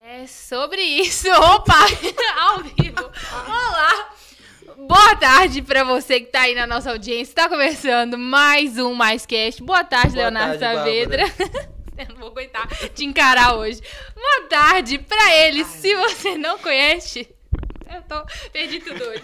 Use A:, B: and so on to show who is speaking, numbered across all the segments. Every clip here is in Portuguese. A: É sobre isso. Opa! Ao vivo. Olá! Boa tarde pra você que tá aí na nossa audiência. Tá começando mais um Mais Cast. Boa tarde,
B: Boa
A: Leonardo
B: tarde,
A: Saavedra. Eu não vou aguentar te encarar hoje. Boa tarde pra ele. Se você não conhece. Eu tô perdi tudo hoje.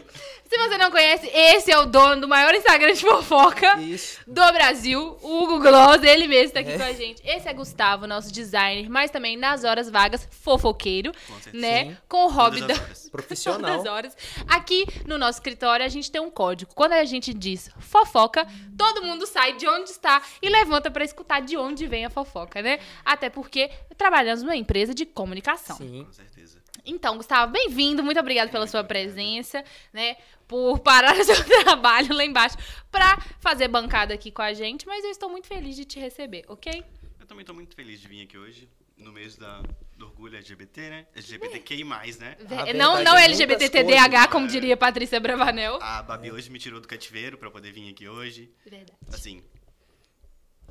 A: Se você não conhece, esse é o dono do maior Instagram de fofoca
B: Isso.
A: do Brasil, o Hugo Gloss, ele mesmo tá aqui
B: É.
A: com a gente. Esse é Gustavo, nosso designer, mas também nas horas vagas, fofoqueiro, né?
B: Sim.
A: Com o hobby
C: Todas
A: da.
C: as horas.
B: Profissional.
A: Todas as horas. Aqui no nosso escritório a gente tem um código. Quando a gente diz fofoca, todo mundo sai de onde está e levanta pra escutar de onde vem a fofoca, né? Até porque trabalhamos numa empresa de comunicação.
B: Sim.
C: Com certeza.
A: Então, Gustavo, bem-vindo, muito obrigada pela sua presença, né? Por parar o seu trabalho lá embaixo pra fazer bancada aqui com a gente, mas eu estou muito feliz de te receber, ok?
C: Eu também tô muito feliz de vir aqui hoje, no mês da, do orgulho LGBT, né? LGBTQI+, né?
B: verdade
A: não
B: é
A: não
B: muitas
A: LGBTTDH,
C: coisas,
A: como
C: é.
A: diria Patrícia Bravanel.
C: A Babi hoje me tirou do cativeiro pra poder vir aqui hoje.
A: Verdade.
C: Assim,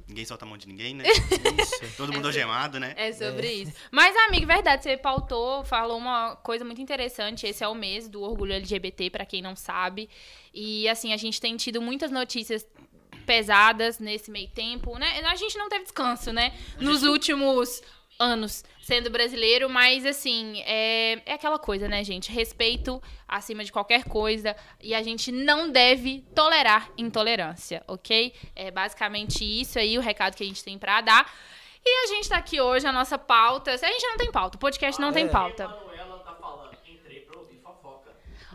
C: ninguém solta a mão de ninguém, né?
B: Isso.
C: Todo mundo algemado, né?
A: É sobre isso. Mas, amigo, verdade, você pautou, falou uma coisa muito interessante. Esse é o mês do orgulho LGBT, pra quem não sabe. E, assim, a gente tem tido muitas notícias pesadas nesse meio tempo, né? A gente não teve descanso, né? Nos últimos anos sendo brasileiro, mas assim, é, é aquela coisa, né, gente? Respeito acima de qualquer coisa e a gente não deve tolerar intolerância, ok? É basicamente isso aí o recado que a gente tem pra dar. E a gente tá aqui hoje, a nossa pauta. A gente não tem pauta, o podcast não tem pauta.
D: Manuela tá falando, entrei pra ouvir fofoca.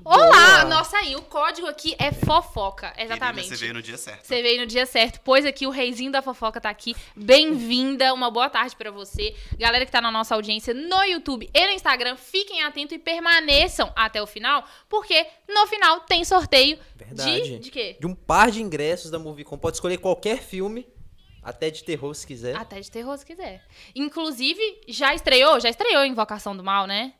A: Olá!
B: Boa.
A: Nossa, aí, o código aqui é fofoca, exatamente.
C: Querida, você veio no dia certo.
A: Você veio no dia certo, pois aqui o reizinho da fofoca tá aqui. Bem-vinda, uma boa tarde pra você. Galera que tá na nossa audiência no YouTube e no Instagram, fiquem atentos e permaneçam até o final, porque no final tem sorteio de
B: Verdade.
A: de quê?
B: De um par de ingressos da MovieCon. Pode escolher qualquer filme, até de terror se quiser.
A: Até de terror se quiser. Inclusive, já estreou? Já estreou Invocação do Mal, né?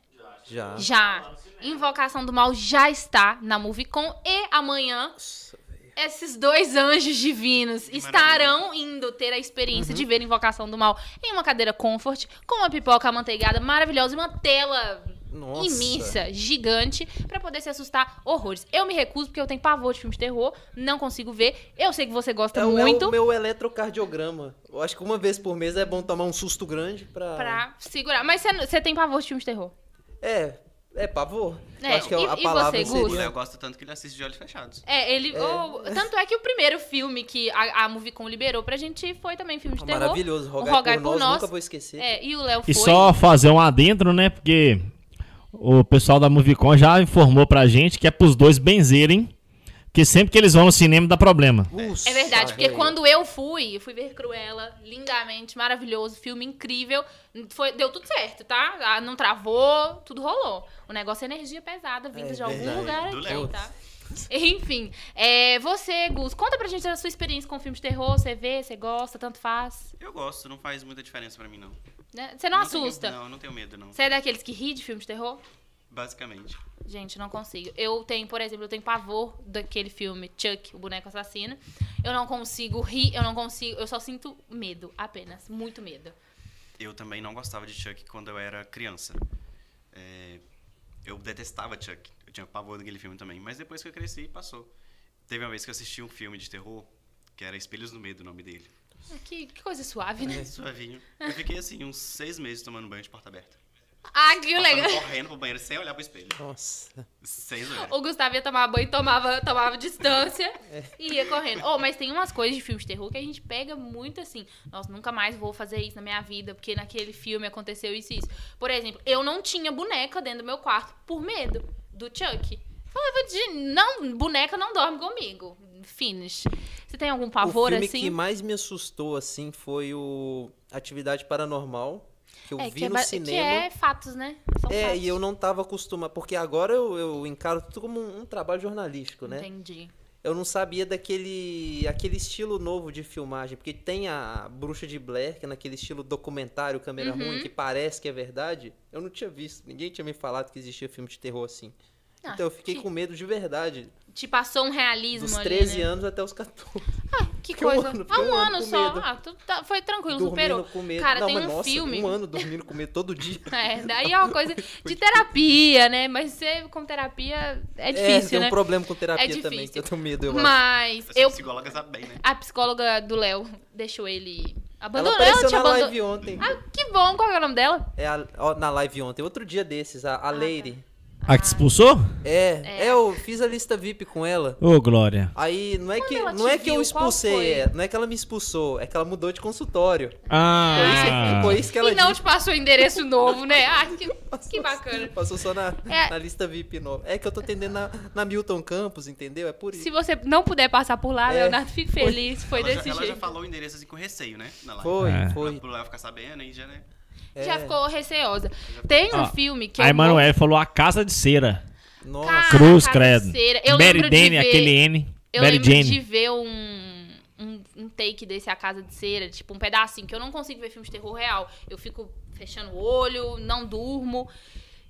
B: Já.
A: Já. Invocação do Mal já está na MovieCon e amanhã
B: Nossa, velho.
A: Esses dois anjos divinos
C: Que
A: estarão indo ter a experiência de ver Invocação do Mal em uma cadeira comfort, com uma pipoca amanteigada maravilhosa e uma tela
B: Nossa.
A: imensa, gigante, pra poder se assustar horrores. Eu me recuso porque eu tenho pavor de filme de terror, não consigo ver. Eu sei que você gosta
B: É, o- é
A: muito
B: o meu eletrocardiograma. Eu acho que uma vez por mês é bom tomar um susto grande pra.
A: pra segurar. Mas você- você tem pavor de filme de terror?
B: É, é pavor. Eu
A: É,
B: acho que a,
A: e-
B: a
A: e
B: palavra
A: você,
C: O
A: Gus?
B: seria.
C: Léo gosta tanto que ele assiste de olhos fechados.
A: É, ele. o- tanto é que o primeiro filme que a, a Movicon liberou pra gente foi também filme de terror.
B: Maravilhoso. Rogai,
A: Rogai
B: por,
A: por
B: nós,
A: Nós.
B: nunca vou esquecer.
A: É, e o Léo foi.
E: E só fazer um adentro, né? Porque o pessoal da Movicon já informou pra gente que é pros dois benzerem. Porque sempre que eles vão no cinema dá problema.
B: Nossa,
A: É verdade, porque
B: velho.
A: quando eu fui, eu fui ver Cruella, lindamente, maravilhoso, filme incrível. Foi, deu tudo certo, tá? Ah, Não travou, tudo rolou. O negócio é energia pesada vindo
B: É
A: de algum
B: verdade,
A: lugar
C: do
A: aqui,
C: Léo.
A: tá? Enfim, é, você, Gus, conta pra gente da sua experiência com filmes de terror. Você vê, você gosta, tanto faz.
C: Eu gosto, não faz muita diferença pra mim, não.
A: né? Você não,
C: tenho-
A: assusta.
C: não, não tenho medo, não.
A: Você é daqueles que ri de filme de terror?
C: Basicamente.
A: Gente, não consigo. Eu tenho, por exemplo, eu tenho pavor daquele filme Chuck, o boneco assassino. Eu não consigo rir, eu não consigo. Eu só sinto medo, apenas. Muito medo.
C: Eu também não gostava de Chuck quando eu era criança. É, eu detestava Chuck. Eu tinha pavor daquele filme também. Mas depois que eu cresci, passou. Teve uma vez que eu assisti um filme de terror, que era Espelhos do Medo, o nome dele.
A: Ah, Que, que coisa suave,
C: É.
A: né?
C: Suavinho. Eu fiquei assim, uns seis meses tomando banho de porta aberta.
A: Ah, que
C: Passando
A: legal.
C: correndo pro banheiro sem olhar pro espelho.
B: Nossa.
C: Seis horas.
A: O Gustavo ia tomar banho, tomava, tomava distância
B: É.
A: e ia correndo. Oh, mas tem umas coisas de filmes de terror que a gente pega muito assim. Nossa, nunca mais vou fazer isso na minha vida, porque naquele filme aconteceu isso e isso. Por exemplo, eu não tinha boneca dentro do meu quarto por medo do Chuck. Falava de. Não, boneca não dorme comigo. Finish. Você tem algum
B: o
A: pavor
B: filme
A: assim?
B: que mais me assustou assim foi o Atividade Paranormal, que eu
A: é,
B: vi
A: que, é,
B: no
A: ba-
B: cinema.
A: que é fatos, né? São
B: É,
A: fatos.
B: e eu não tava acostumado, porque agora eu, eu encaro tudo como um, um trabalho jornalístico, né?
A: Entendi.
B: Eu não sabia daquele aquele estilo novo de filmagem, porque tem a Bruxa de Blair, que é naquele estilo documentário, câmera
A: Uhum.
B: ruim, que parece que é verdade. Eu não tinha visto, ninguém tinha me falado que existia filme de terror assim.
A: Ah,
B: então eu fiquei
A: que-
B: com medo de verdade,
A: Te passou um realismo
B: dos
A: ali,
B: 13
A: né?
B: anos até os 14.
A: Que
B: Fiquei um
A: coisa.
B: ano,
A: ah,
B: fiquei
A: um,
B: um ano
A: ano
B: com
A: só.
B: medo.
A: Ah, tu tá- foi tranquilo,
B: dormindo
A: superou.
B: com medo.
A: Cara,
B: não,
A: tem
B: mas
A: um
B: nossa,
A: filme.
B: um ano dormindo com medo todo dia.
A: É, daí é uma coisa de terapia, né? Mas você com terapia é difícil,
B: tem
A: né?
B: um problema com terapia
A: É difícil.
B: também, que eu tenho medo, eu acho.
A: Mas
C: Essa
A: eu,
C: psicóloga sabe bem, né?
A: a psicóloga do Léo deixou ele
B: Ela
A: abandonou.
B: apareceu
A: Ela te
B: na
A: abandonou.
B: live ontem.
A: Ah, que bom. Qual é o nome dela?
B: É a- ó, na live ontem, outro dia desses, a,
A: tá.
B: a Lady.
E: Ah, que te expulsou?
B: É, é, eu fiz a lista VIP com ela.
E: Ô, Glória.
B: Aí não é que
A: ela
B: não
A: te
B: é que eu
A: viu, qual foi?
B: expulsei, é, não é que ela me expulsou, é que ela mudou de consultório. Foi isso-
E: Ah,
B: Foi isso que ela
A: e não
B: disse.
A: te passou o endereço novo, né? Ah, que, que bacana.
B: Passou só na,
A: É.
B: na lista VIP nova. É que eu tô atendendo na, na Milton Campos, entendeu? É por isso.
A: Se você não puder passar por lá,
B: É.
A: Leonardo, fique feliz. Foi
C: ela
A: desse
C: já, ela já
A: jeito.
C: falou o endereço assim com receio, né? Na live.
B: Foi,
E: É.
B: foi.
C: Pro Léo ficar sabendo aí já, né?
A: Já
B: É.
A: ficou receosa. Tem um
E: Ó,
A: filme que
E: Ah, a
A: eu
E: Emanuele falou a casa de cera.
B: Nossa.
A: Cara,
E: Cruz,
A: Casa
E: credo.
A: de Cera. Eu
E: Mary
A: lembro de
E: Jane,
A: ver-
E: aquele N.
A: Eu
E: Mary
A: lembro
E: Jane.
A: de ver um, um, um take desse A Casa de Cera, tipo um pedacinho, que eu não consigo ver filme de terror real. Eu fico fechando o olho, não durmo.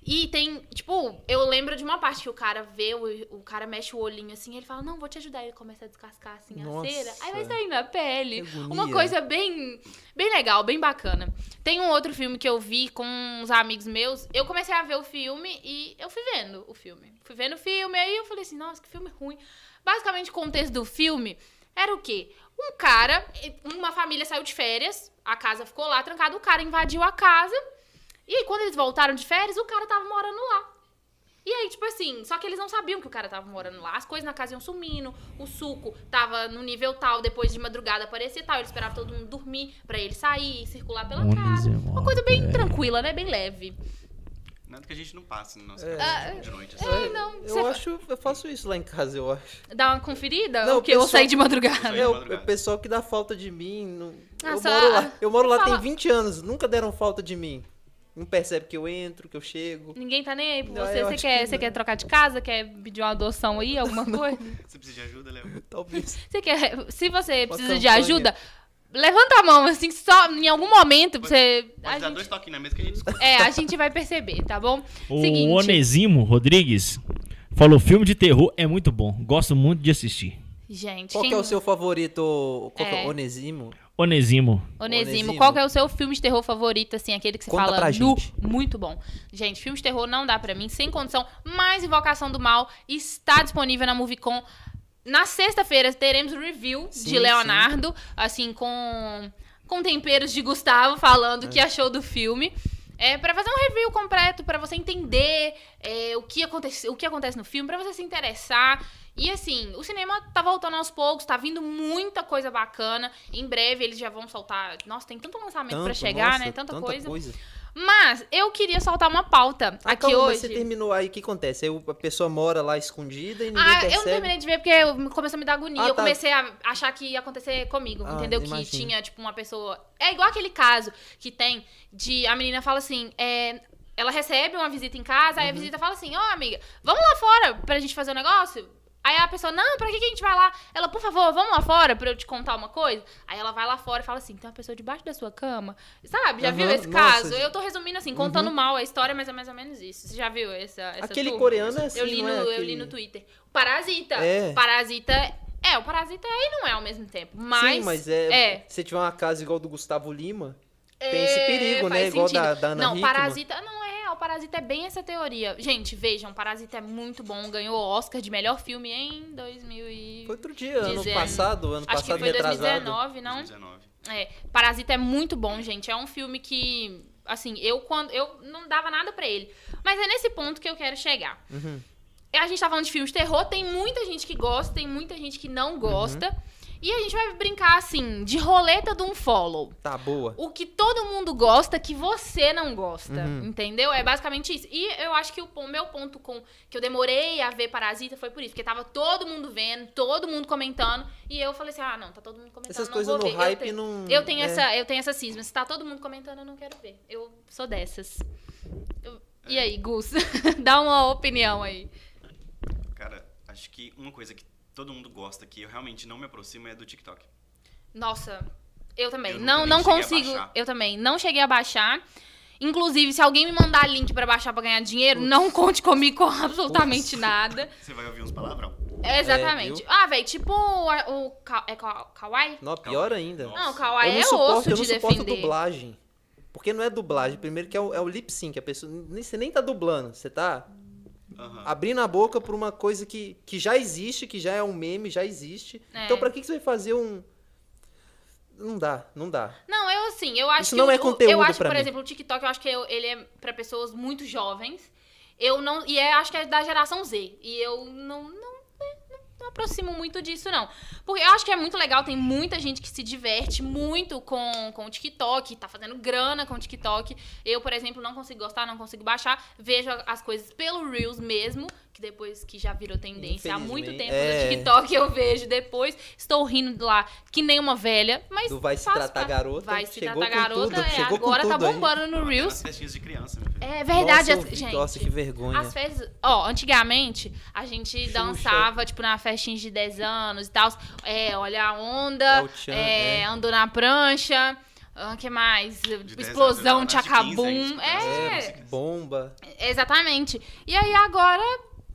A: E tem, tipo, eu lembro de uma parte que o cara vê, o, o cara mexe o olhinho assim, ele fala, não, vou te ajudar. Ele começa a descascar assim
B: Nossa.
A: a cera, aí vai saindo a pele.
B: Que agonia.
A: Uma coisa bem, bem legal, bem bacana. Tem um outro filme que eu vi com uns amigos meus. Eu comecei a ver o filme e eu fui vendo o filme. Fui vendo o filme, aí eu falei assim, nossa, que filme ruim. Basicamente, o contexto do filme era o quê? Um cara, uma família saiu de férias, a casa ficou lá trancada, o cara invadiu a casa. E aí, quando eles voltaram de férias, o cara tava morando lá. E aí, tipo assim, só que eles não sabiam que o cara tava morando lá. As coisas na casa iam sumindo, o suco tava no nível tal, depois de madrugada aparecia tal. Ele esperava todo mundo dormir pra ele sair, circular pela
E: Olha,
A: casa.
E: Zé
A: Uma coisa bem
E: Mota, é.
A: tranquila, né? Bem leve.
C: Nada que a gente não passe no nosso
B: É.
C: caso de noite. Assim.
A: É, não,
B: Eu
A: você
B: acho, eu faço isso lá em casa, eu acho.
A: dá uma conferida?
B: Não,
A: ou que eu vou
B: pessoal-
A: sair de madrugada?
C: Aí de
B: É, o,
C: madrugada.
B: o pessoal que dá falta de mim. não-
A: Ah,
B: eu
A: só-
B: moro lá, eu moro lá
A: fala-
B: tem 20 anos, nunca deram falta de mim. Não percebe que eu entro, que eu chego.
A: Ninguém tá nem aí por
B: Não,
A: você.
B: eu
A: Você
B: acho
A: quer,
B: que
A: você
B: não.
A: quer trocar de casa? Quer pedir uma adoção aí, alguma coisa?
C: Você precisa de ajuda, Léo?
B: Talvez.
A: Você quer, se você precisa de
B: campanha.
A: ajuda, levanta a mão, assim, só em algum momento pra você.
C: Pode
A: A
C: dar
A: gente,
C: dois toques na mesa que a gente escuta.
A: é, a gente vai perceber, tá bom?
E: O
A: Seguinte.
E: Onesimo Rodrigues falou: filme de terror é muito bom. Gosto muito de assistir.
A: Gente,
B: Qual
A: quem...
B: que é o seu favorito? Qual que é
A: É.
B: o Onesimo?
E: Onesimo.
A: Onesimo,
B: Onesimo?
A: qual que é o seu filme de terror favorito, assim, aquele que você
B: Conta
A: fala
B: pra
A: "Nu,
B: gente."
A: muito bom. Gente, filme de terror não dá pra mim, sem condição, mas Invocação do Mal está disponível na Movicon. Na sexta-feira teremos review
B: Sim,
A: de Leonardo, assim, com, com temperos de Gustavo falando
B: É.
A: o que achou do filme. É, para fazer um review completo, pra você entender é, o, que acontece, o que acontece no filme, pra você se interessar. E assim, o cinema tá voltando aos poucos, tá vindo muita coisa bacana. Em breve eles já vão soltar. Nossa, tem tanto lançamento pra chegar,
B: nossa,
A: né? Tanta, coisa.
B: coisa.
A: Mas eu queria soltar uma pauta
B: Ah,
A: aqui
B: calma, mas
A: hoje.
B: você terminou. Aí o que acontece? Aí o- a pessoa mora lá escondida e ninguém
A: Ah,
B: percebe.
A: eu não terminei de ver porque eu- começou a me dar agonia.
B: Ah,
A: eu
B: tá.
A: comecei a achar que ia acontecer comigo,
B: Ah,
A: entendeu? Que
B: imagino.
A: tinha, tipo, uma pessoa. É igual aquele caso que tem de. A menina fala assim. é, Ela recebe uma visita em casa,
B: Uhum.
A: aí a visita fala assim: Ó, amiga, vamos lá fora pra gente fazer um negócio? Aí a pessoa, não, pra que que a gente vai lá? Ela, por favor, vamos lá fora pra eu te contar uma coisa? Aí ela vai lá fora e fala assim: tem uma pessoa debaixo da sua cama? Sabe? Já viu
B: Aham,
A: esse
B: nossa, Uhum.
A: caso? Eu tô resumindo assim, contando mal a história, mas é mais ou menos isso. Você já viu essa. essa
B: Aquele
A: turma?
B: coreano é assim,
A: eu li,
B: não
A: no,
B: é
A: eu
B: aquele-
A: li no Twitter. O Parasita.
B: É.
A: O Parasita. É, o Parasita é e não é ao mesmo tempo. Mas.
B: Sim, mas é,
A: é.
B: se tiver uma casa igual do Gustavo Lima, tem esse
A: É,
B: perigo, né?
A: faz
B: Igual
A: sentido.
B: da, da Ana
A: Não,
B: Hickman.
A: Parasita não é real. Parasita é bem essa teoria. Gente, vejam, Parasita é muito bom. Ganhou o Oscar de melhor filme em 2000 e...
B: Foi outro dia, ano
A: Dezen-
B: passado, ano
A: Acho que
B: passado
A: foi
B: retrasado.
A: 2019, não?
C: 2019.
A: É, Parasita é muito bom, gente. É um filme que, assim, eu quando eu não dava nada pra ele. Mas é nesse ponto que eu quero chegar.
B: Uhum.
A: É, A gente tá falando de filmes de terror, tem muita gente que gosta, tem muita gente que não gosta.
B: Uhum.
A: E a gente vai brincar assim, de roleta do um follow.
B: Tá boa.
A: O que todo mundo gosta que você não gosta,
B: Uhum.
A: entendeu? É basicamente isso. E eu acho que o pon- meu ponto com que eu demorei a ver Parasita foi por isso, porque tava todo mundo vendo, todo mundo comentando, e eu falei assim: "Ah, não, tá todo mundo comentando,
B: Essas
A: não
B: coisas
A: vou
B: no
A: ver". Eu
B: hype
A: tenho-
B: não.
A: eu tenho,
B: é.
A: essa, eu tenho essa cisma. Se tá todo mundo comentando, eu não quero ver. Eu sou dessas. Eu- E aí, Gus? Dá uma opinião aí.
C: Cara, acho que uma coisa que todo mundo gosta, que eu realmente não me aproximo, é do TikTok.
A: Nossa, eu também.
C: Eu
A: não
C: nunca
A: não
C: nem cheguei a
A: consigo.
C: baixar.
A: Eu também. Não cheguei a baixar. Inclusive, se alguém me mandar link pra baixar pra ganhar dinheiro, não conte comigo com absolutamente nada.
C: Você vai ouvir uns palavrão.
A: É, exatamente.
B: viu?
A: ah, velho, tipo a- o. Ka- é Ka- Kawaii?
B: Não, pior ainda.
C: Nossa.
A: Não,
B: eu
A: Kawaii
B: não
A: é
B: suporto,
A: osso
B: eu não
A: de
B: suporto
A: defender.
B: dublagem. Porque não é dublagem. Primeiro que é o, é o lip sync. A pessoa, nem, você nem tá dublando. Você tá
A: Ah,
C: Aham.
B: abrindo a boca por uma coisa que, que já existe, que já é um meme, já existe.
A: É.
B: Então pra que, que você vai fazer um... Não dá, não dá.
A: Não, eu assim, eu acho
B: Isso
A: que.
B: não
A: o-
B: é
A: o- Eu
B: conteúdo
A: acho,
B: pra
A: por
B: mim.
A: exemplo, o TikTok, eu acho que eu- ele é pra pessoas muito jovens. Eu não. E é, acho que é da geração Z. E eu não. não não aproximo muito disso, não. Porque eu acho que é muito legal, tem muita gente que se diverte muito com, com o TikTok, tá fazendo grana com o TikTok. Eu, por exemplo, não consigo gostar, não consigo baixar. Vejo a- as coisas pelo Reels mesmo, que depois que já virou tendência há muito
B: Infelizmente,
A: tempo
B: é.
A: no TikTok, eu vejo depois. Estou rindo lá, que nem uma velha, mas
B: Do vai se
A: faz
B: tratar
A: parte.
B: garota.
A: Vai se
B: chegou
A: tratar
B: com
A: garota,
B: tudo,
A: é,
B: chegou
A: agora
B: com
A: tá
B: tudo
A: bombando
C: Ah,
A: no
C: tem
A: Reels.
C: umas festinhas de criança, meu filho.
A: É verdade,
B: nossa,
A: as-
B: eu vi,
A: gente.
B: Nossa, que vergonha.
A: As festas. Ó, antigamente, a gente
B: Xuxa.
A: dançava, tipo, na festinha de 10 anos e tal. É, olha a
B: É
A: onda.
B: o tchan,
A: É,
B: é.
A: andou na prancha. O que mais?
C: 10
A: Explosão,
C: anos, eu era de 15
A: tchacabum.
C: anos, quando eu era
A: É,
C: criança.
B: Bomba.
A: exatamente. E aí agora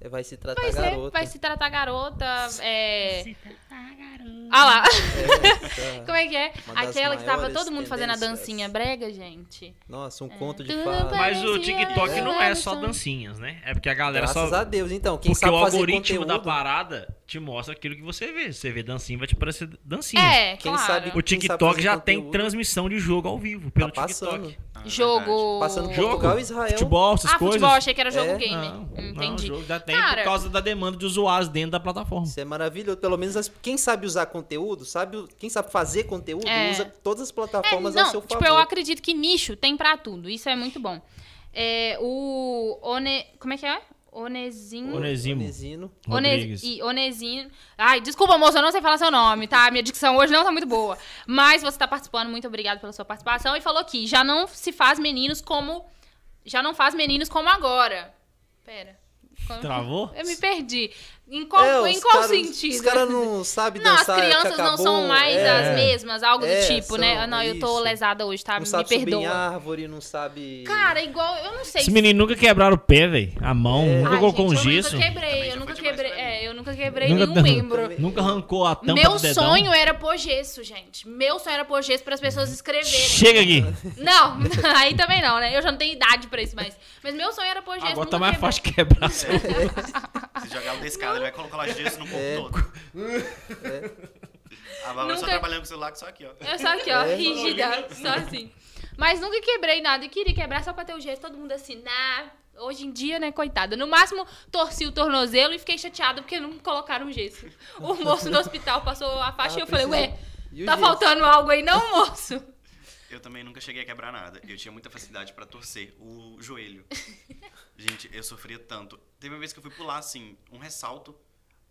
B: É, Vai se tratar
A: vai ser,
B: garota.
A: vai se tratar garota. É. Se tratar garota. Ah lá.
B: É, tá.
A: Como é que é?
B: Uma das
A: Aquela que tava
B: maiores
A: todo mundo fazendo a
B: tendências.
A: dancinha brega, gente.
B: Nossa, um conto de
A: Tudo
B: fada.
A: bem.
F: Mas o TikTok
A: Parecia
F: não é
A: Alisson.
F: só dancinhas, né? É porque a galera
B: Graças
F: só.
B: a Deus, então. Quem
F: Porque
B: sabe
F: o
B: fazer
F: algoritmo da
B: conteúdo,
F: parada te mostra aquilo que você vê. Você vê dancinha, vai te parecer dancinha.
A: É,
B: Quem
A: claro.
B: sabe-
F: O
B: Quem sabe
F: Tiktok
B: fazer
F: já tem
B: conteúdo.
F: transmissão de jogo ao vivo pelo
B: tá passando.
F: TikTok.
C: Ah, é
A: Jogo.
B: Passando por
F: Jogo,
B: Portugal e Israel.
F: Futebol, essas
A: Ah,
F: coisas.
A: futebol, achei que era jogo
B: É,
A: gamer.
F: Não, não, o
A: Entendi.
F: jogo já tem
A: Cara-
F: por causa da demanda de usuários dentro da plataforma.
B: Isso é maravilhoso. Pelo menos as- quem sabe usar conteúdo, sabe, o- quem sabe fazer conteúdo,
A: É.
B: usa todas as
A: É,
B: plataformas
A: não,
B: ao seu
A: tipo,
B: favor.
A: eu acredito que nicho tem pra tudo. Isso é muito bom. É, o One... Como é que é? Onezinho...
F: Onesimo.
B: Onesino.
A: One-
F: Rodrigues.
A: e Onezinho. Ai, desculpa, moça, eu não sei falar seu nome, tá? Minha dicção hoje não tá muito boa. Mas você tá participando, muito obrigado pela sua participação. E falou que já não se faz meninos como. Já não faz meninos como agora. Pera. Como-
F: Travou?
A: Então, Eu me perdi. Em qual,
B: É,
A: em
B: os
A: qual
B: caras-
A: sentido?
B: Os caras não sabem
A: Não, as
B: dançar.
A: crianças não
B: tchacabum,
A: são mais
B: é,
A: as mesmas, algo
B: É,
A: do tipo, né?
B: são,
A: Ah, Não, eu tô
B: isso.
A: lesada hoje, tá?
B: Não
A: Me
B: sabe subir em
A: perdoa.
B: árvore, não sabe...
A: Cara, igual, eu não sei.
E: Esse menino nunca quebraram o pé, velho. A mão,
B: É.
E: nunca
A: Ai,
E: colocou
A: Ah, gente,
E: um gesso.
A: Eu nunca quebrei,
C: Também
A: eu
C: já
A: nunca
C: foi demais
A: quebrei,
C: pra mim.
A: é, eu nunca quebrei
E: Nunca
A: nenhum
E: deu-
A: membro.
E: Nunca arrancou a tampa
A: Meu
E: do dedão.
A: sonho era pôr gesso, gente. Meu sonho era pôr gesso para as pessoas
E: Uhum.
A: escreverem.
E: Chega aqui.
A: não, aí também não, né? Eu já não tenho idade para isso mais. Mas meu sonho era pôr gesso.
E: Agora tá
A: nunca
E: mais
A: quebrei.
E: fácil quebrar.
C: Se jogar ela da escada, ele vai colocar lá gesso no corpo todo. A Bárbara só
A: Nunca-
C: trabalhando com o celular, só aqui, ó.
A: Eu só aqui, ó,
B: É.
A: rígida, só assim. Mas nunca quebrei nada e queria quebrar só pra ter o gesso, todo mundo assim, nah. Hoje em dia, né, coitada. No máximo, torci o tornozelo e fiquei chateada porque não colocaram um gesso. O moço do hospital passou a faixa e eu falei, ué,
B: Ah, E o
A: tá
B: gesso?
A: faltando algo aí não, moço?
C: Eu também nunca cheguei a quebrar nada. Eu tinha muita facilidade pra torcer o joelho. Gente, eu sofria tanto. Teve uma vez que eu fui pular, assim, um ressalto.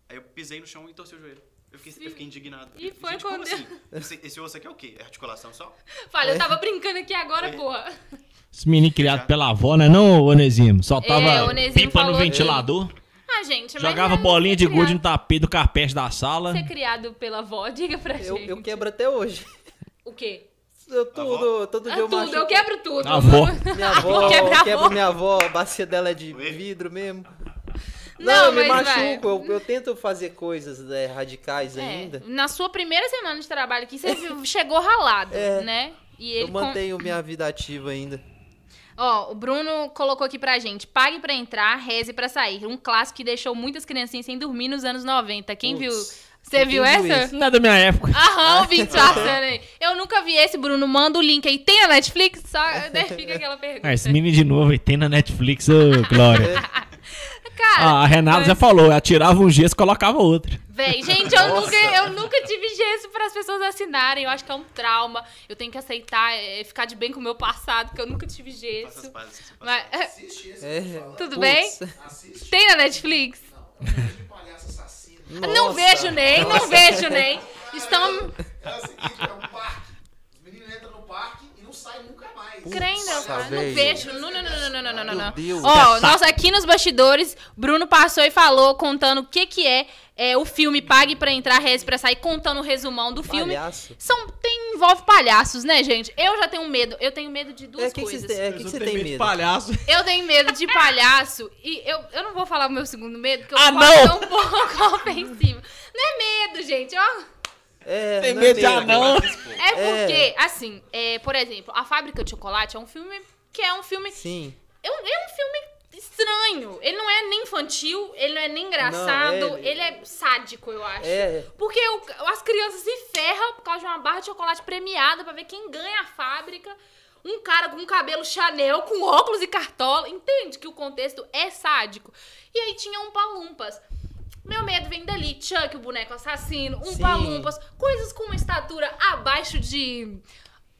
C: Aí eu pisei no chão e torci o joelho. Eu fiquei, eu fiquei indignado.
A: E
C: Eu-
A: foi
C: Gente, como
A: quando-
C: assim? Esse, esse osso aqui é o quê? É articulação só?
B: É.
A: Falei, eu tava brincando aqui agora,
C: É.
A: porra.
E: Esse menino criado pela avó, né não, Onesimo? Só
A: É,
E: tava
A: o Onesimo
E: pipa no
A: falou que-
E: ventilador,
A: Ah, gente, mas
E: jogava
A: é
E: bolinha
A: ser
E: de gude tá. no
A: criado-
E: tapete do carpete da sala.
A: Ser criado pela avó, diga pra
B: Eu,
A: gente.
B: eu quebro até hoje.
A: O quê?
B: Eu
G: Tá
B: tudo, todo
A: Ah,
B: dia eu
A: tudo,
B: machuco.
A: eu quebro tudo.
E: A avó.
B: Minha avó,
A: Quebra a
B: quebra
A: avó.
B: minha avó, a bacia dela é de
C: Oi?
B: vidro mesmo. Não,
A: Não,
B: eu me
A: mas vai.
B: machuco, eu, eu tento fazer coisas né, radicais
A: É,
B: ainda.
A: na sua primeira semana de trabalho aqui, você chegou ralado,
B: É.
A: né? E
B: Eu
A: ele com-
B: mantenho minha vida ativa ainda.
A: Ó, o Bruno colocou aqui pra gente: pague pra entrar, reze pra sair. Um clássico que deixou muitas criancinhas sem dormir nos anos 90. Quem viu?
B: Putz,
A: Você
B: quem
A: viu
B: viu
A: essa?
B: isso?
E: Não é da minha época.
A: Aham, o Vinte passando aí. Eu nunca vi esse, Bruno. Manda o link aí. Tem a Netflix? Só né, fica aquela pergunta.
E: Ah, esse menino de novo, aí tem na Netflix, ô Glória.
A: Cara,
E: Ah, a Renata já falou, atirava um gesso e colocava outro.
A: Véi, gente, eu
B: Nossa.
A: nunca, eu nunca tive gesso para as pessoas assinarem. Eu acho que é um trauma. Eu tenho que aceitar, é, ficar de bem com o meu passado, porque eu nunca tive
C: Faça as
A: gesso.
C: pazes com seu
A: Mas-
C: passado.
H: Assiste esse,
B: É.
A: Tudo
B: Putz,
A: bem?
H: assiste.
A: Tem na Netflix?
H: Não, é de palhaço assassino.
A: Ah, Não
B: nossa.
A: vejo nem, não vejo nem. Estão.
H: É o seguinte, é um parque. Os meninos entram no parque e não saem nunca mais. faz.
A: Crendo, eu
B: Nossa,
A: falo, não
B: velho.
A: vejo. Não, não, não, não, não, não, não,
B: Meu
A: não.
B: Deus.
A: Ó,
E: Saco.
A: nós aqui nos bastidores, Bruno passou e falou, contando o que que é, é o filme Pague Pra Entrar, Reze Pra Sair, contando o resumão do filme.
B: Palhaço.
A: São, tem, envolve palhaços, né, gente? Eu já tenho medo. Eu tenho medo de
B: É,
A: duas
B: o que que
A: coisas.
B: você tem, é, o que que você tem medo?
G: de palhaço.
A: Eu tenho medo de palhaço e eu, eu não vou falar o meu segundo medo, porque eu
E: Ah,
A: posso
E: não!
A: ser um pouco ofensivo. Não é medo, gente. ó.
B: É,
G: Tem
B: não
G: medo de
B: tem-
G: anão.
A: É porque, assim, é, por exemplo, A Fábrica de Chocolate é um filme que é um filme
B: Sim.
A: É um, é um filme estranho. Ele não é nem infantil, ele não é nem engraçado,
B: Não,
A: ele...
B: ele-
A: é sádico, eu acho.
B: É,
A: Porque o- as crianças se ferram por causa de uma barra de chocolate premiada pra ver quem ganha a fábrica. Um cara com cabelo Chanel, com óculos e cartola. Entende que o contexto é sádico. E aí tinha um palumpas. Meu medo vem dali. Chuck, o boneco assassino, um
B: Sim.
A: palumpas. Coisas com uma estatura abaixo de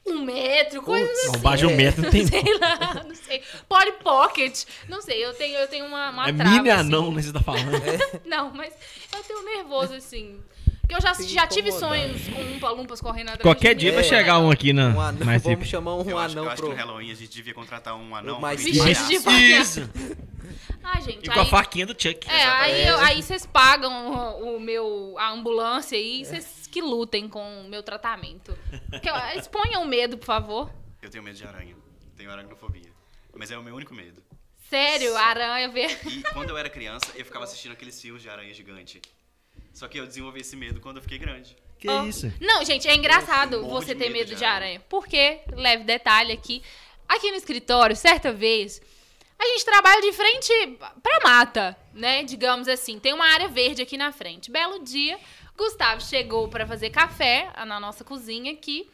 A: um metro, coisas
B: Putz.
A: assim.
E: Não, baixo
B: é.
E: metro tem.
A: Sei lá, não sei. Polly Pocket. Não sei, eu tenho, eu tenho uma, uma
E: É
A: trava,
E: mini
A: assim.
E: anão, né? Você tá falando.
B: É.
A: Não, mas eu tenho nervoso, assim. Porque eu já,
B: Fica
A: já tive
B: incomodado.
A: sonhos com um palumpas correndo atrás
E: Qualquer
A: de
E: dia
A: mim.
E: vai
B: É.
E: chegar um aqui na.
B: um anão.
E: mais
B: Vamos chamar um
C: Ah, Eu acho, eu
B: anão
C: acho que é
B: pro.
C: no Halloween a gente devia contratar um anão.
B: mais
C: pra
A: Vestido
C: vigiar.
A: de palhaço.
E: Isso!
A: Ah, gente,
F: E com a
A: aí...
F: faquinha do Chuck.
A: É, aí, eu- aí vocês pagam o, o meu, a ambulância aí, vocês que lutem com o meu tratamento. Porque eu- exponham o medo, por favor.
C: Eu tenho medo de aranha. Tenho aracnofobia. Mas é o meu único medo.
A: Sério, aranha, ver...
C: E quando eu era criança, eu ficava assistindo aqueles filmes de aranha gigante. Só que eu desenvolvi esse medo quando eu fiquei grande.
E: Que
A: Ó.
E: isso?
A: Não, gente, é engraçado
C: Eu morro
A: você
C: de
A: ter
C: medo
A: medo
C: de
A: de aranha. Porque, leve detalhe aqui, aqui no escritório, certa vez, a gente trabalha de frente pra mata, né? Digamos assim, tem uma área verde aqui na frente. Belo dia, Gustavo chegou pra fazer café na nossa cozinha aqui.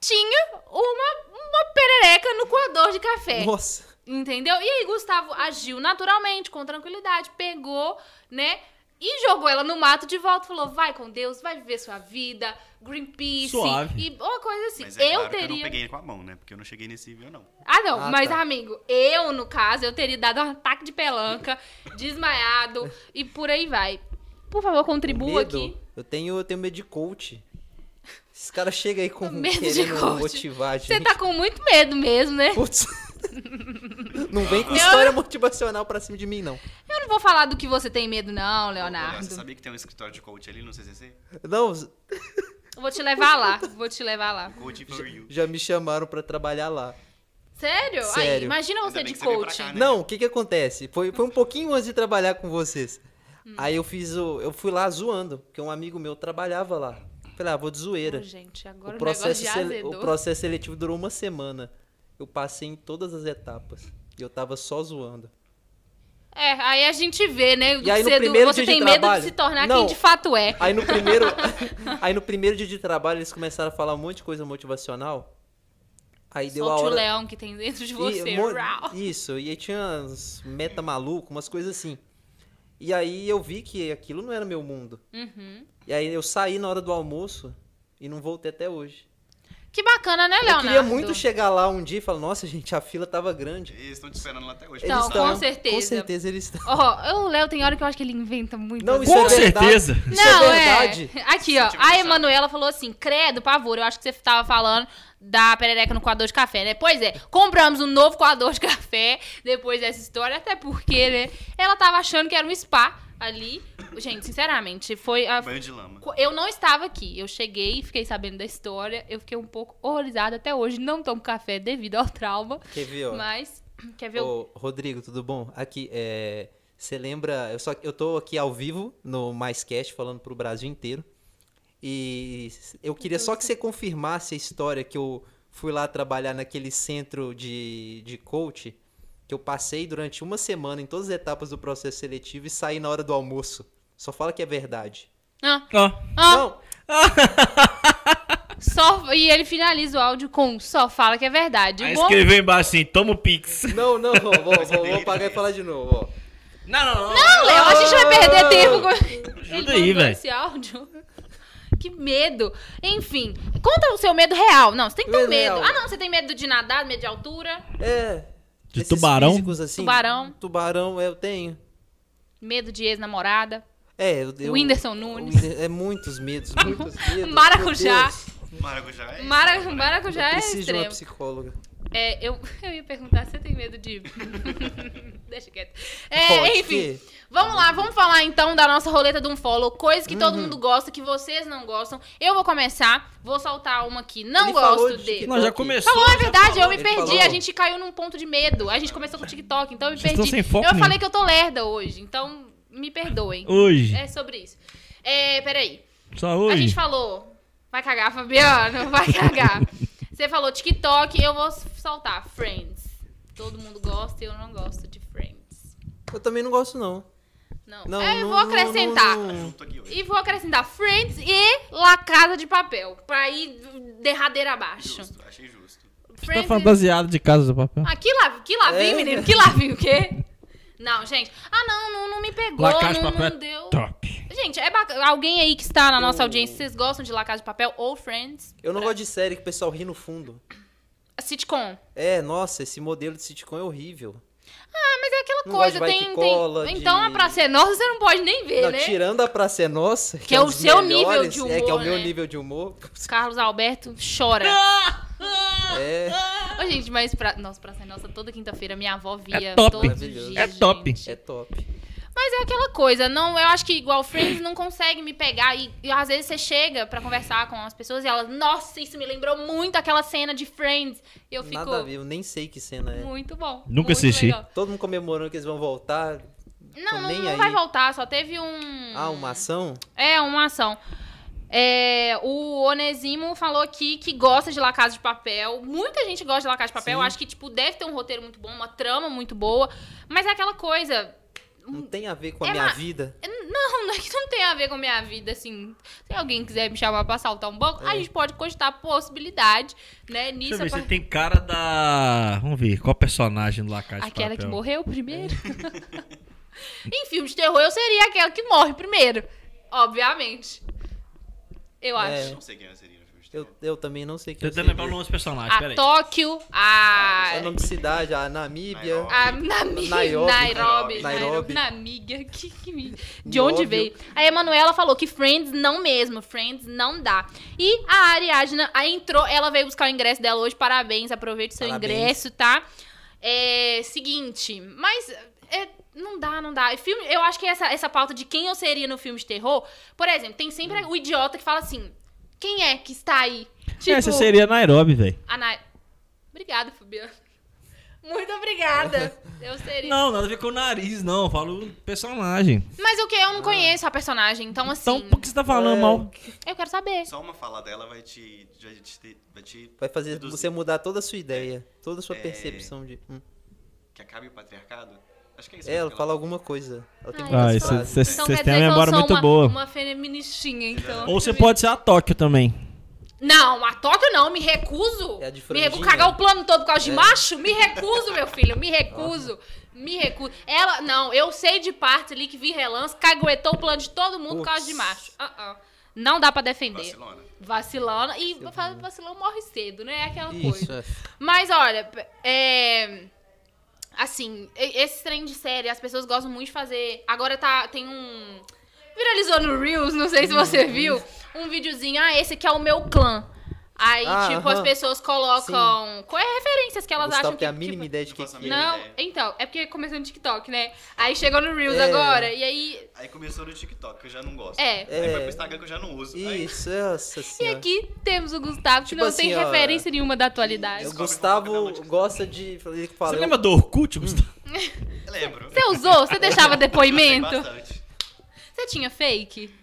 A: Tinha uma, uma perereca no coador de café.
B: Nossa.
A: Entendeu? E aí, Gustavo agiu naturalmente, com tranquilidade, pegou, né? E jogou ela no mato de volta. Falou: vai com Deus, vai viver sua vida, Greenpeace.
E: Suave.
A: E uma coisa assim.
C: Mas
A: eu
C: é claro que eu não
A: teria.
C: peguei com a mão, né? Porque eu não cheguei nesse nível, não.
A: ah, não,
B: Ah,
A: mas
B: tá.
A: amigo, eu, no caso, eu teria dado um ataque de pelanca, desmaiado e por aí vai. Por favor, contribua
B: medo.
A: aqui.
B: Eu tenho, eu tenho medo de coach. Esses caras chegam aí com
A: Medo de
B: querendo
A: coach.
B: motivar a
A: Você
B: gente.
A: tá com muito medo mesmo, né?
B: Putz. não vem com
A: Eu-
B: história motivacional pra cima de mim, não.
A: Eu não vou falar do que você tem medo, não,
C: Ô, Léo, Você
A: Leonardo.
C: sabia que tem um escritório de coach ali no CCC?
B: Não,
A: Eu vou te levar lá. Vou te levar lá.
C: Coach for you.
B: já me chamaram pra trabalhar lá.
A: Sério? Aí,
B: Sério.
A: imagina
C: Ainda
A: você
C: bem
A: de
C: que você veio pra
A: coach.
C: cá, né?
B: Não, o que que acontece? Foi, foi um pouquinho antes de trabalhar com vocês.
A: Hum.
B: Aí eu fiz o. Eu fui lá zoando, porque um amigo meu trabalhava lá. Falei, ah, vou de zoeira.
A: Ô, gente,
B: O
A: Hum, agora o,
B: processo,
A: negócio já
B: sele-
A: azedou.
B: o processo seletivo durou uma semana. Eu passei em todas as etapas. E eu tava só zoando.
A: É, aí a gente vê, né?
B: E aí no
A: Você-
B: primeiro
A: você
B: dia de
A: tem medo
B: trabalho-
A: de se tornar quem
B: Não.
A: de fato é.
B: Aí no primeiro. aí no primeiro dia de trabalho eles começaram a falar um monte de coisa motivacional. Aí deu
A: Solte
B: a
A: o
B: hora.
A: leão que tem dentro de você.
B: E mo-
A: Rau.
B: Isso, e aí tinha uns meta maluco, umas coisas assim. E aí eu vi que aquilo não era meu mundo.
A: Uhum.
B: E aí eu saí na hora do almoço e não voltei até hoje.
A: Que bacana, né, Leonardo?
B: Eu queria muito chegar lá um dia e falar, nossa, gente, a fila tava grande.
C: Eles estão te esperando lá até hoje.
A: Então,
B: eles
C: pra
A: com
B: estão,
C: saber.
A: certeza.
B: Com certeza eles estão.
A: Ó, o Léo tem hora que eu acho que ele inventa muito.
B: Não, isso
E: Com
B: é verdade.
E: certeza.
B: Isso é verdade. é tipo
A: Aqui, ó.
C: Senti
A: A
C: muito
A: Emanuela falou assim: credo, pavor, eu acho que você tava falando da perereca no coador de café, né? Pois é, compramos um novo coador de café depois dessa história, até porque, né? Ela tava achando que era um spa ali. Gente, sinceramente, foi a.
C: Banho de lama.
A: Co- Eu não estava aqui. Eu cheguei, fiquei sabendo da história. Eu fiquei um pouco horrorizada até hoje. Não tomo café devido ao trauma.
B: Quer ver, ó?
A: Mas, quer ver? o-
B: Ô, Rodrigo, tudo bom? Aqui, é. Você lembra. Eu, só, eu tô aqui ao vivo no MaisCast falando pro Brasil inteiro. E eu queria só que você confirmasse a história que eu fui lá trabalhar naquele centro de, de coach. Que eu passei durante uma semana em todas as etapas do processo seletivo e saí na hora do almoço. Só fala que é verdade.
A: Ah,
E: Ó.
A: ah,
B: Não,
A: só... E ele finaliza o áudio com só fala que é verdade. O
E: Aí
A: bom-
E: escreveu embaixo assim, toma o Pix.
B: não, não. Vou, vou, vou apagar e falar de novo, ó.
F: Não, não, não.
A: Não, Léo, a gente vai perder tempo com ele
E: Ajuda aí,
A: mandou
E: velho.
A: esse áudio. Que medo. Enfim, conta o seu medo real. Não, você tem que ter um
B: Medo
A: medo.
B: real.
A: Ah, não, você tem medo de nadar, medo de altura,
B: É.
E: De
B: esses
E: tubarão?
B: físicos assim,
A: Tubarão.
B: Tubarão, eu tenho.
A: medo de ex-namorada.
B: É, eu, eu,
A: Whindersson Nunes.
B: Whinder- É muitos medos, muitos medos.
A: Maracujá.
B: meu Deus.
C: Maracujá é.
A: Mara,
C: extremo, né?
A: maracujá é
B: Preciso de uma
A: extremo.
B: psicóloga.
A: É, eu, eu ia perguntar se você tem medo de. Deixa quieto. É,
B: Pode
A: enfim.
B: que-
A: Vamos lá, vamos falar então da nossa roleta do follow. Coisa que
B: Uhum.
A: todo mundo gosta, que vocês não gostam. Eu vou começar, vou soltar uma aqui. Não
B: Ele falou
A: gosto
B: de
A: de.
B: que-
F: Não, já
B: Aqui.
F: começou.
A: Falou, é
F: já
A: verdade, eu me
B: Ele
A: perdi.
B: falou.
A: A gente caiu num ponto de medo. A gente começou com o TikTok, então eu me
F: Vocês
A: perdi.
F: estão sem foco
A: eu
F: nenhum.
A: falei que eu tô lerda hoje, então me perdoem.
F: Hoje.
A: É sobre isso. É, peraí.
F: Só
A: A
F: hoje.
A: gente falou. Vai cagar, Fabiano, vai cagar. Você falou TikTok, eu vou soltar Friends. Todo mundo gosta e eu não gosto de Friends.
B: Eu também não gosto, não.
A: Não,
B: Não,
A: É, eu
B: não,
A: vou
B: não,
A: acrescentar.
B: não, não.
C: Junto aqui hoje.
A: E vou acrescentar Friends e La Casa de Papel, pra ir derradeira abaixo.
C: Justo, achei justo.
A: Friends
F: Então,
A: e-
E: tá fantasiado de casa do papel.
A: Ah, que lá, que lá vem,
B: É.
A: menino, que lá vem o quê? Não, gente. Ah, não, não, não me pegou,
F: La Casa de
A: não,
F: Papel é
A: não deu.
F: Top.
A: Gente, é bacana. Alguém aí que está na nossa audiência, vocês gostam de La Casa de Papel ou Friends?
B: Eu não gosto de série que o pessoal ri no fundo.
A: Sitcom.
B: É, nossa, esse modelo de sitcom é horrível.
A: Mas é aquela
B: Não gosto
A: coisa,
B: de vai
A: tem.
B: que
A: tem-
B: cola,
A: Então
B: de-
A: a Praça é Nossa você não pode nem ver,
B: Não,
A: né?
B: Tirando a Praça é Nossa, que,
A: é
B: um
A: o
B: dos
A: seu nível
B: melhores,
A: de
B: É, que é o
A: humor,
B: meu
A: né?
B: nível de humor.
A: Carlos Alberto chora. Ah.
B: É,
A: Ô, gente, mas pra... Nossa, Praça é Nossa, toda quinta-feira minha avó via.
F: É top.
A: todo
B: Maravilhoso.
A: dia,
F: É top.
A: gente.
B: é top.
A: Mas é aquela coisa, não, eu acho que igual Friends não consegue me pegar. E, e às vezes você chega pra conversar com as pessoas e elas, nossa, isso me lembrou muito aquela cena de Friends. E eu fico
B: Nada a ver, eu nem sei que cena é.
A: muito bom.
E: Nunca
A: muito
E: assisti.
A: legal.
B: Todo mundo comemorando que eles vão voltar.
A: Não, não,
B: nem
A: não
B: aí.
A: vai voltar, só teve um.
B: Ah, uma ação?
A: É, uma ação. É, o Onesimo falou aqui que gosta de La Casa de Papel. Muita gente gosta de La Casa de Papel. Eu
B: Sim.
A: acho que, tipo, deve ter um roteiro muito bom, uma trama muito boa. Mas é aquela coisa,
B: Não tem a ver com a
A: É
B: minha
A: uma-
B: vida.
A: Não, não é que não tem a ver com a minha vida, assim. Se alguém quiser me chamar pra assaltar um banco, a gente pode cogitar a possibilidade, né?
F: É. Deixa
A: Nisso.
E: é
F: eu ver,
A: a
F: você
A: par-
F: tem cara da. Vamos ver, qual personagem do La Casa de
A: Aquela que
F: Papel? É.
A: morreu primeiro. em filme de terror, eu seria aquela que morre primeiro. Obviamente. Eu
B: É.
C: Eu
A: acho.
C: não sei quem vai ser no filme de
B: Eu,
C: terror.
B: eu também não sei que eu
F: Tentando
B: sei.
F: lembrar o nome dos
E: Ah,
F: personagens,
A: A
F: peraí.
A: Tóquio, a.
B: É nome de cidade, a Namíbia.
C: Nairobi.
A: A Nami...
B: Nairobi.
A: Nairobi.
B: Nairobi.
C: Nairobi.
A: Nairobi. Namiga. Que, que- de onde
B: Nióbio.
A: veio? A Emanuela falou que Friends não mesmo. Friends não dá. E a Ariadna aí entrou, ela veio buscar o ingresso dela hoje. Parabéns, aproveite seu
B: Parabéns.
A: ingresso, tá? É, seguinte, mas é, não dá, não dá. E Filme, eu acho que essa, essa pauta de quem eu seria no filme de terror, por exemplo, tem sempre o idiota que fala assim: quem é que está aí? Tipo,
E: Essa seria Nairobi, velho.
A: a Nai- Obrigada, Fabiano. Muito obrigada. Eu seria.
F: Não, nada a ver com o nariz, não. Eu falo um personagem.
A: Mas o que? Eu não conheço a personagem, então assim.
E: Então, por que você tá falando
B: É,
E: mal?
A: Eu quero saber.
C: Só uma fala dela vai te. Vai te, vai te
B: Vai fazer
C: Dos-
B: você mudar toda a sua ideia, toda a sua
C: É.
B: percepção de. Hum.
C: que acabe o patriarcado? Acho que é isso.
B: É,
C: mesmo
B: ela
C: que
B: fala alguma coisa. Ela tem
A: Ah,
B: muitas
E: Ah,
B: frases.
E: vocês
A: Então
E: vocês
A: quer
E: têm
A: dizer
E: uma
A: que eu
E: memória
A: sou
E: muito
A: uma,
E: boa.
A: Uma feministinha, então.
E: Ou você pode ser a Tóquio também.
A: Não, a Tóquio não, me recuso.
B: É a de
A: me recuso.
B: franjinha.
A: Cagar o plano todo por causa de
B: É.
A: macho? Me recuso, meu filho, me recuso. Me recuso. Ela, não, eu sei de parte ali que vi relance, caguetou o plano de todo mundo por causa de
B: Putz.
A: macho. Ah, ah. Não dá pra defender.
C: Barcelona.
A: Vacilona. E vacilão. morre cedo, né? É aquela
B: Isso,
A: coisa.
B: é.
A: Mas olha, p- é. Assim, e- esse trem de série, as pessoas gostam muito de fazer. Agora tá, tem um. Viralizou no Reels, não sei se você viu. Um videozinho, ah, esse aqui é o meu clã. Aí,
B: Ah,
A: tipo,
B: aham.
A: as pessoas colocam. Qual é a referências que elas
B: Gustavo
A: acham que.
B: tem a
A: que- tipo,
B: mínima ideia de
C: Não
B: que,
C: faço a
B: que é.
C: mínima
A: Não,
C: ideia.
A: então, é porque começou no TikTok, né? Aí chegou no Reels
B: É.
A: agora, e aí.
C: Aí começou no TikTok, que eu já não gosto.
A: É.
C: Aí
B: É.
C: vai pro Instagram que eu já não uso. Aí
B: Isso, é, nossa
A: E
B: senhora.
A: aqui temos o Gustavo, que
B: Assim, Tipo
A: não
B: assim,
A: tem
B: ó,
A: referência nenhuma da atualidade.
B: O
C: Descobre qual que é
B: Gustavo
C: o nome.
B: gosta de. Ele fala,
F: Você
B: eu-
F: lembra do Orkut,
C: Hum,
F: Gustavo?
C: lembro.
A: Você usou? Você deixava
C: Gostei
A: depoimento?
C: bastante.
A: Você tinha fake?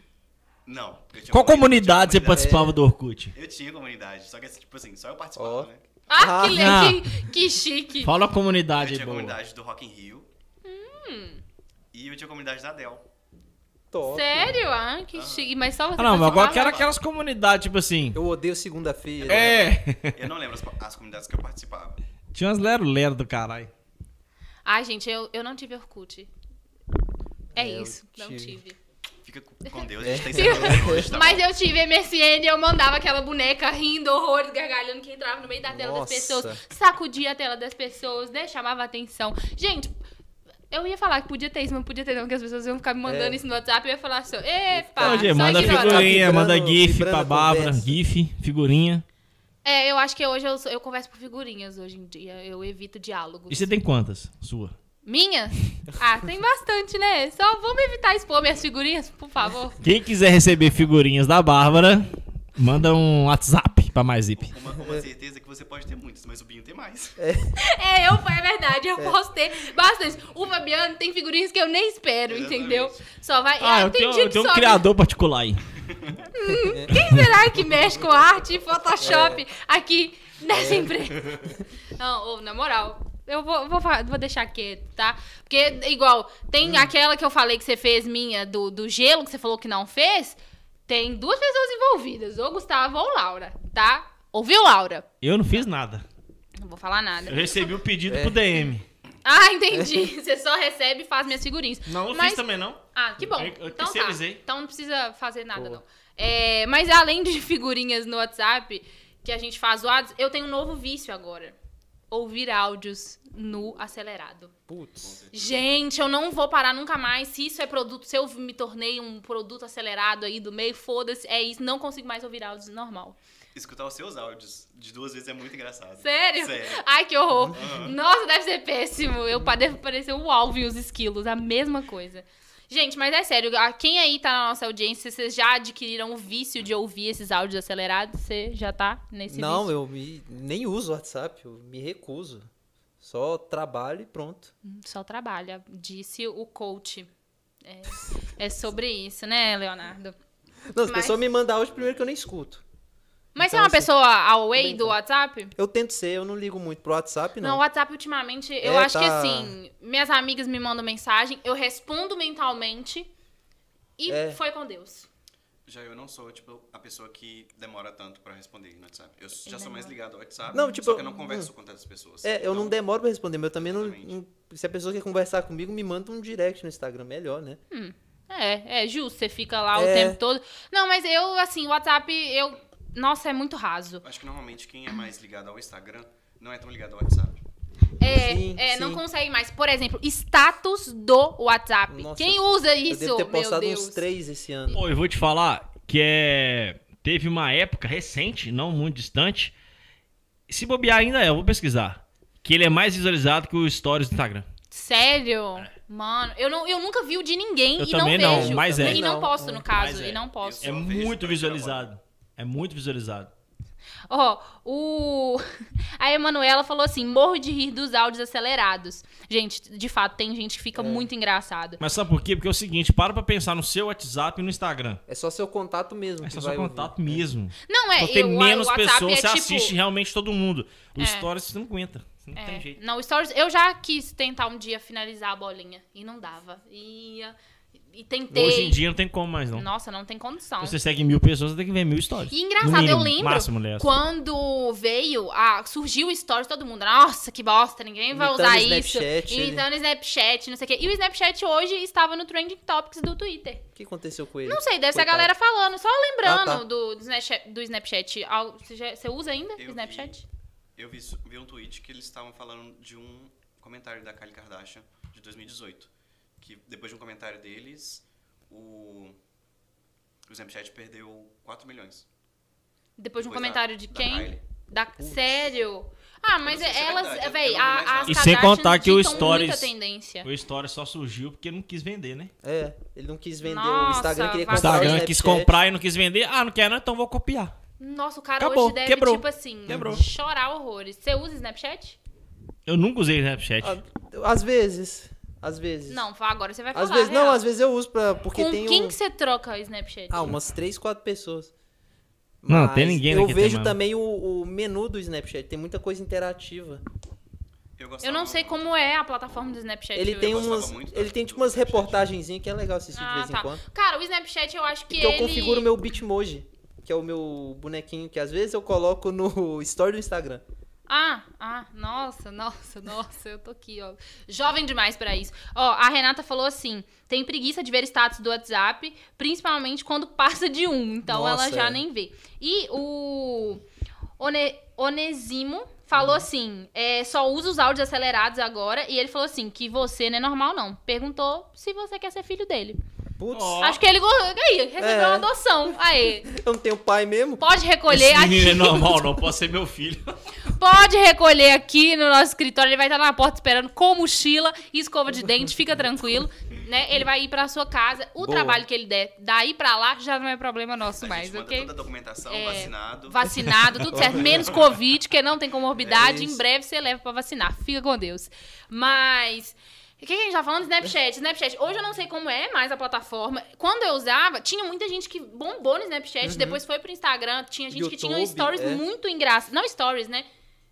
C: Não. eu tinha
E: Qual comunidade
C: eu
E: você
C: tinha comunidade.
E: participava do Orkut?
C: Eu tinha comunidade, só que assim, tipo assim, só eu participava,
B: Ó.
C: né?
A: Ah,
B: Ah.
A: que, le-
E: Ah.
A: que, que chique.
E: Fala a
B: tá
C: Eu
E: comunidade
C: tinha
E: aí, boa.
C: comunidade do Rock in Rio.
A: Hum.
C: E eu tinha comunidade da Dell.
B: Top.
A: Sério? Ah, que chique. Mas só você.
E: Ah, não, mas agora
A: participava?
E: que era aquelas comunidades, tipo assim.
B: Eu odeio segunda-feira.
E: É.
C: Eu não lembro as, as comunidades que eu participava.
E: Tinha umas lero-lero do caralho.
A: Ai, gente, eu, eu não tive Orkut. É
B: Eu
A: isso, não
B: tive.
A: tive.
C: Fica com com Deus, a gente tá
B: É.
C: encerrando hoje, tá bom?
A: Mas eu tive MSN e eu mandava aquela boneca rindo, horrores, gargalhando, que entrava no meio da tela das
B: Nossa.
A: pessoas, sacudia a tela das pessoas, né? Chamava atenção. Gente, Eu ia falar que podia ter isso, mas não podia ter não, porque as pessoas iam ficar me mandando
B: É.
A: isso no WhatsApp e eu ia falar assim, epa,
E: Então,
A: só
E: Gê, manda
A: ignora.
E: figurinha,
B: Tá
E: manda
B: vibrando-
E: GIF
B: vibrando
E: pra
B: a
E: Bárbara,
B: conversa.
E: GIF, figurinha.
A: É, eu acho que hoje eu, sou- eu converso por figurinhas hoje em dia, eu evito diálogos.
E: E você tem quantas? Sua.
A: Minhas? Ah, tem bastante, né? Só vamos evitar expor minhas figurinhas, por favor.
E: Quem quiser receber figurinhas da Bárbara, manda um WhatsApp pra mais zip.
C: Uma, uma certeza é que você pode ter muitas, mas o Binho tem mais.
A: É, eu, é verdade, eu posso ter bastante. O Fabiano tem figurinhas que eu nem espero,
C: Exatamente.
A: entendeu? Só vai.
E: Ah, eu
A: tem
E: tenho,
A: dia
E: eu
A: que
E: tenho um
A: sobe.
E: criador particular aí.
A: Quem será que mexe com arte e Photoshop aqui nessa empresa? Não, ô, na moral. Eu vou, vou, fa- vou deixar quieto, tá? Porque, igual, tem aquela que eu falei que você fez minha do, do gelo, que você falou que não fez. Tem duas pessoas envolvidas, ou Gustavo ou Laura, tá? Ouviu, Laura?
E: Eu não fiz nada.
A: Não vou falar nada.
E: Eu recebi o pedido pro DM.
A: Ah, entendi. Você só recebe e faz minhas figurinhas.
E: Não, eu
A: Mas-
E: fiz também não.
A: Ah, que bom.
E: Eu- eu
A: então tá.
E: terceirizei.
A: Então não precisa fazer nada,
B: Boa.
A: não. É, mas além de figurinhas no WhatsApp que a gente faz zoadas, eu tenho um novo vício agora. Ouvir áudios no acelerado.
B: Putz.
A: Gente, eu não vou parar nunca mais. Se isso é produto, se eu me tornei um produto acelerado aí do meio, foda-se, é isso. Não consigo mais ouvir áudios normal.
C: Escutar os seus áudios de duas vezes é muito engraçado.
A: Sério?
C: Sério.
A: Ai, que horror. Nossa, deve ser péssimo. Eu pa- devo parecer o alvo e os esquilos, a mesma coisa. Gente, mas é sério, a- quem aí tá na nossa audiência, vocês já adquiriram o vício de ouvir esses áudios acelerados? Você já tá nesse
B: Não,
A: vício?
B: eu me- nem uso o WhatsApp, eu me recuso. Só trabalho e pronto.
A: Hum, Só trabalha, disse o coach. É, é sobre isso, né, Leonardo?
B: Não, as
A: Mas-
B: pessoas me mandam áudio primeiro que eu nem escuto.
A: Mas você é
B: Então,
A: uma
B: assim,
A: pessoa away
B: bem,
A: do
B: tá.
A: WhatsApp?
B: Eu tento ser, eu não ligo muito pro WhatsApp,
A: Não, o
B: não.
A: WhatsApp ultimamente, eu
B: É,
A: acho que
B: tá-
A: assim, minhas amigas me mandam mensagem, eu respondo mentalmente e
B: É.
A: foi com Deus.
C: Já eu não sou, tipo, a pessoa que demora tanto pra responder no WhatsApp. Eu já sou mais ligado ao WhatsApp,
B: Não, tipo,
C: só que eu não
B: eu-
C: converso com tantas pessoas.
B: É, eu não
C: Então,
B: demoro pra responder, mas eu também não,
C: Exatamente.
B: não- Se a pessoa quer conversar comigo, me manda um direct no Instagram, melhor, né?
A: É, é justo, você fica lá o
B: É.
A: tempo todo. Não, mas eu, assim, o WhatsApp, eu. Nossa, é muito raso.
C: Acho que normalmente quem é mais ligado ao Instagram não é tão ligado ao WhatsApp.
A: É,
B: Sim,
A: é, não
B: sim.
A: consegue mais. Por exemplo, status do WhatsApp.
B: Nossa,
A: Quem usa
B: eu
A: isso?
B: devo ter
A: Meu
B: postado
A: Deus.
B: uns três esse ano.
E: Pô, eu vou te falar que é. Teve uma época recente, não muito distante. Se bobear ainda é, eu vou pesquisar. Que ele é mais visualizado que o Stories do Instagram.
A: Sério? Mano, eu, não, eu nunca vi o de ninguém
E: Eu
A: e não
E: também não,
A: vejo.
E: mas é.
A: E não
B: Não,
A: posto, no caso.
E: mas é.
A: E não posto.
E: É
C: Só vejo pra
E: muito
C: tirar
E: visualizado. É muito visualizado.
A: Ó, o... a Emanuela falou assim: morro de rir dos áudios acelerados. Gente, de fato, tem gente que fica
B: É.
A: muito engraçado.
E: Mas sabe por quê? Porque é o seguinte, para pra pensar no seu WhatsApp e no Instagram.
B: É só seu contato mesmo.
E: É
B: que
E: só
B: vai
E: seu contato
B: ouvir.
E: mesmo.
A: Não é,
E: Só tem
A: eu, o-
E: menos
A: o WhatsApp
E: pessoas,
A: é
E: você
A: tipo...
E: assiste realmente todo mundo. O
A: É.
E: Stories você não aguenta. Você Não tem
A: É.
E: jeito.
A: Não, o Stories, eu já quis tentar um dia finalizar a bolinha e não dava. Ia e tentei.
E: Hoje em dia não tem como mais, não.
A: Nossa, não tem condição.
E: Você segue mil pessoas, você tem que ver mil stories.
A: E
E: No
A: engraçado,
E: mínimo,
A: eu lembro
E: Máximo, aliás.
A: quando veio, a, surgiu o Stories, todo mundo, nossa, que bosta, ninguém vai
B: Imitando
A: usar
B: o Snapchat, né?
A: isso.
B: ele-
A: Imitando o Snapchat, não sei o quê. E o Snapchat hoje estava no Trending Topics do Twitter.
B: O que aconteceu com ele?
A: Não sei, deve ser a
B: Coitado.
A: galera falando, só lembrando
B: Ah, tá.
A: do, do Snapchat. do Snapchat. Al- Você, já- você usa ainda
C: Eu
A: Snapchat?
C: Eu vi, isso- vi um tweet que eles estavam falando de um comentário da Kylie Kardashian de 2018. Que depois de um comentário deles, o, o Snapchat perdeu 4 milhões.
A: Depois de um
C: Depois da-
A: comentário de
C: da
A: quem?
C: Kylie.
A: Da... Sério? Ah, mas
C: Eu não sei se é
A: elas,
C: verdade, eu
A: véi,
C: não vi mais
A: a- as
C: nada.
E: E sem
A: Kardashians
E: contar que o
A: ditam
E: Stories-
A: muita tendência.
E: O Stories só surgiu porque não quis vender, né?
B: É, ele não quis vender o
A: Nossa,
B: Instagram, queria
E: O
A: vai-
B: comprar o
E: Instagram
B: Snapchat.
E: quis comprar e não quis vender. Ah, não quer não, então vou copiar.
A: Nossa, o cara
E: Acabou,
A: hoje deve,
E: quebrou.
A: tipo assim,
E: Quebrou.
A: chorar horrores. Você usa Snapchat?
E: Eu nunca usei Snapchat.
B: Ah, Às vezes, às vezes.
A: Não, fala agora, você vai falar.
B: Às vezes
A: real.
B: não, às vezes eu uso pra porque
A: Com
B: tem
A: quem
B: um
A: que você troca o Snapchat?
B: Ah, umas três, quatro pessoas.
E: Não,
B: Mas
E: tem ninguém
B: Eu
E: aqui
B: vejo
E: também.
B: também o, o menu do Snapchat, tem muita coisa interativa.
A: Eu não sei
C: gostava-
A: como é a plataforma do Snapchat.
B: um Ele
A: eu-
B: tem
C: gostava
B: umas,
C: muito da-
B: ele tem tipo
C: do
B: umas
C: Snapchat.
B: reportagenzinhas que é legal assistir de
A: Ah,
B: vez em
A: tá.
B: quando.
A: Cara, o Snapchat eu acho que
B: Porque
A: ele...
B: um eu configuro meu Bitmoji, que é o meu bonequinho que às vezes eu coloco no story do Instagram.
A: Ah, ah, nossa, nossa, nossa, eu tô aqui, ó. Jovem demais pra isso. Ó, a Renata falou assim: tem preguiça de ver status do WhatsApp, principalmente quando passa de
E: é.
A: um, então
B: Nossa,
A: ela já
B: é.
A: nem vê. E o One- Onesimo
E: Uhum.
A: falou assim: é, só usa os áudios acelerados agora. E ele falou assim: que você não é normal, não. Perguntou se você quer ser filho dele.
B: Putz,
E: Ó,
A: Acho que ele go- aí, recebeu
B: É.
A: uma adoção. Aí,
B: eu não tenho pai mesmo.
A: pode recolher
E: esse menino é
A: aqui.
E: normal, não pode ser meu filho.
A: Pode recolher aqui no nosso escritório. Ele vai estar na porta esperando com mochila e escova de dente, fica tranquilo. Né? Ele vai ir pra sua casa. O
B: Boa.
A: trabalho que ele der daí pra lá já não é problema nosso
C: A
A: mais,
C: gente manda
A: ok?
C: toda a documentação,
A: É,
C: vacinado.
A: Vacinado, tudo certo. Menos Covid, que não tem comorbidade.
B: É isso.
A: em breve você leva pra vacinar. Fica com Deus. Mas. O que que a gente tá falando? Snapchat. Snapchat. Hoje eu não sei como é mais a plataforma. Quando eu usava, tinha muita gente que bombou no Snapchat, depois foi pro Instagram. Tinha gente que tinha
B: Uhum. YouTube,
A: stories
B: é.
A: muito engraçados. Não stories, né?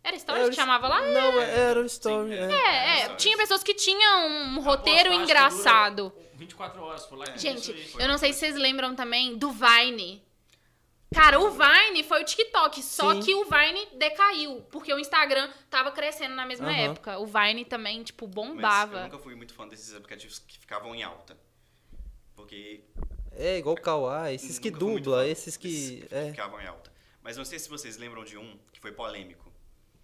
A: Era stories
B: Era
A: que
B: o-
A: chamava lá?
B: Não, era o story. é.
A: É, é,
C: stories.
A: tinha pessoas que tinham um roteiro
D: Postagem que
A: engraçado.
D: dura 24 horas por lá. É.
A: Gente,
D: isso aí.
A: eu não sei se vocês lembram também do Vine. Cara, o Vine foi o TikTok, só
B: Sim.
A: que o Vine decaiu, porque o Instagram tava crescendo na mesma
B: Aham.
A: época. O Vine também, tipo,
C: Mas
A: bombava.
C: eu nunca fui muito fã desses aplicativos que ficavam em alta. Porque
B: É, igual o Kawaii, esses
A: Hum,
B: que
C: Hum, Nunca fui muito
B: dubla,
C: fã
B: esses que.
C: desses
B: É.
C: ficavam em alta. Mas não sei se vocês lembram de um que foi polêmico.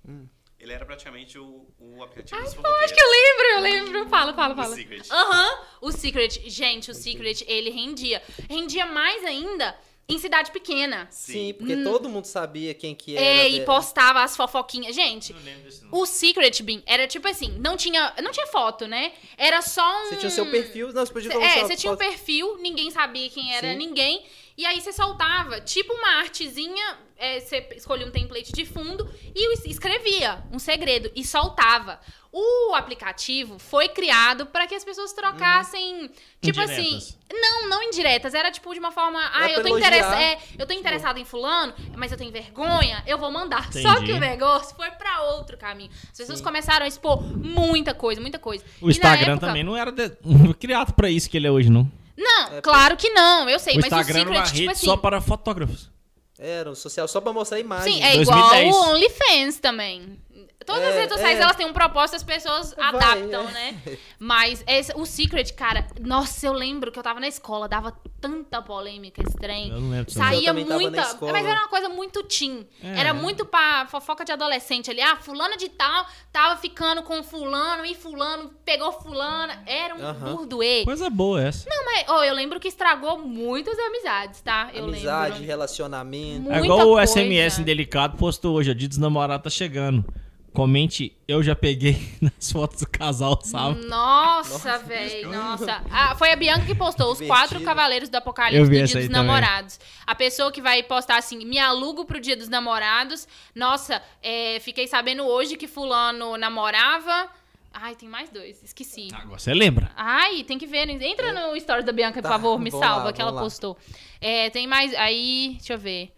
B: Hum.
C: Ele era praticamente o, o aplicativo dos
A: Acho que eu lembro, eu lembro. Fala, fala,
C: O
A: fala.
C: Secret.
A: Aham, o Secret. Gente, o Secret, ele rendia. Rendia mais ainda em cidade pequena.
B: Sim, porque todo mundo sabia quem que era.
A: Hum. É,
B: né?
A: e postava as fofoquinhas. Gente,
D: Não lembro desse nome.
A: O Secret Bean era tipo assim, não tinha, não tinha foto, né? Era só um.
B: Você tinha o seu perfil. Não, você podia colocar
A: É,
B: uma
A: você tinha um
B: foto.
A: perfil, ninguém sabia quem era
B: Sim.
A: ninguém. E aí você soltava, tipo uma artezinha, é, você escolhia um template de fundo e es- escrevia um segredo e soltava. O aplicativo foi criado para que as pessoas trocassem, tipo assim,
E: Indiretas.
A: não, não indiretas, era tipo de uma forma, ah,
B: pra
A: eu tô,
B: elogiar.
A: interessa é, eu tô interessado em fulano, mas eu tenho vergonha, eu vou mandar. Só
E: Entendi.
A: que o negócio foi pra outro caminho. As pessoas começaram a expor muita coisa, muita coisa.
E: O Instagram também não era de- criado pra isso que ele é hoje, não.
A: Não,
B: É,
A: claro que não, eu sei,
E: o
A: mas
E: Instagram
A: o
E: era
A: Secret,
E: uma
A: tipo
E: rede
A: assim.
E: só para fotógrafos.
B: Era um social só pra mostrar a imagem.
A: Sim, é
E: 2010.
A: igual o OnlyFans também. Todas as
B: É,
A: redes sociais,
B: é.
A: elas têm um propósito, as pessoas
B: Vai,
A: adaptam,
B: é.
A: né? Mas esse- o Secret, cara, nossa, eu lembro que eu tava na escola, dava tanta polêmica esse trem.
E: Eu não lembro. é disso, não.
A: Saía
B: também tava
A: muita.
B: na escola.
A: Mas era uma coisa muito teen.
E: É.
A: Era muito pra fofoca de adolescente ali. Ah, fulano de tal tava ficando com fulano e fulano pegou fulana. Era um
B: Aham.
A: burdoê.
E: Coisa boa essa.
A: Não, mas oh, eu lembro que estragou muitas amizades, tá? Eu
B: Amizade,
A: lembro.
B: relacionamento.
E: é
A: muita
E: igual o
A: coisa.
E: SMS indelicado postou hoje, ó, dia dos namorados tá chegando. Comente, eu já peguei nas fotos do casal,
A: Hum.
E: sabe?
A: Nossa, velho, nossa. Ah, foi a Bianca que postou os
B: Divertido.
A: quatro cavaleiros do Apocalipse
E: Eu
A: do
E: vi
A: Dia
E: essa
A: dos
E: aí também.
A: Namorados. A pessoa que vai postar assim, me alugo pro Dia dos Namorados. Nossa, é, fiquei sabendo hoje que fulano namorava. Ai, tem mais dois, esqueci.
E: Ah,
B: Tá.
E: Agora você lembra.
A: Ai, tem que ver. né? Entra no stories da Bianca, por
B: Tá,
A: favor, me
B: vamos lá,
A: salva, que ela
B: vamos lá.
A: postou. É, tem mais, aí, deixa eu ver.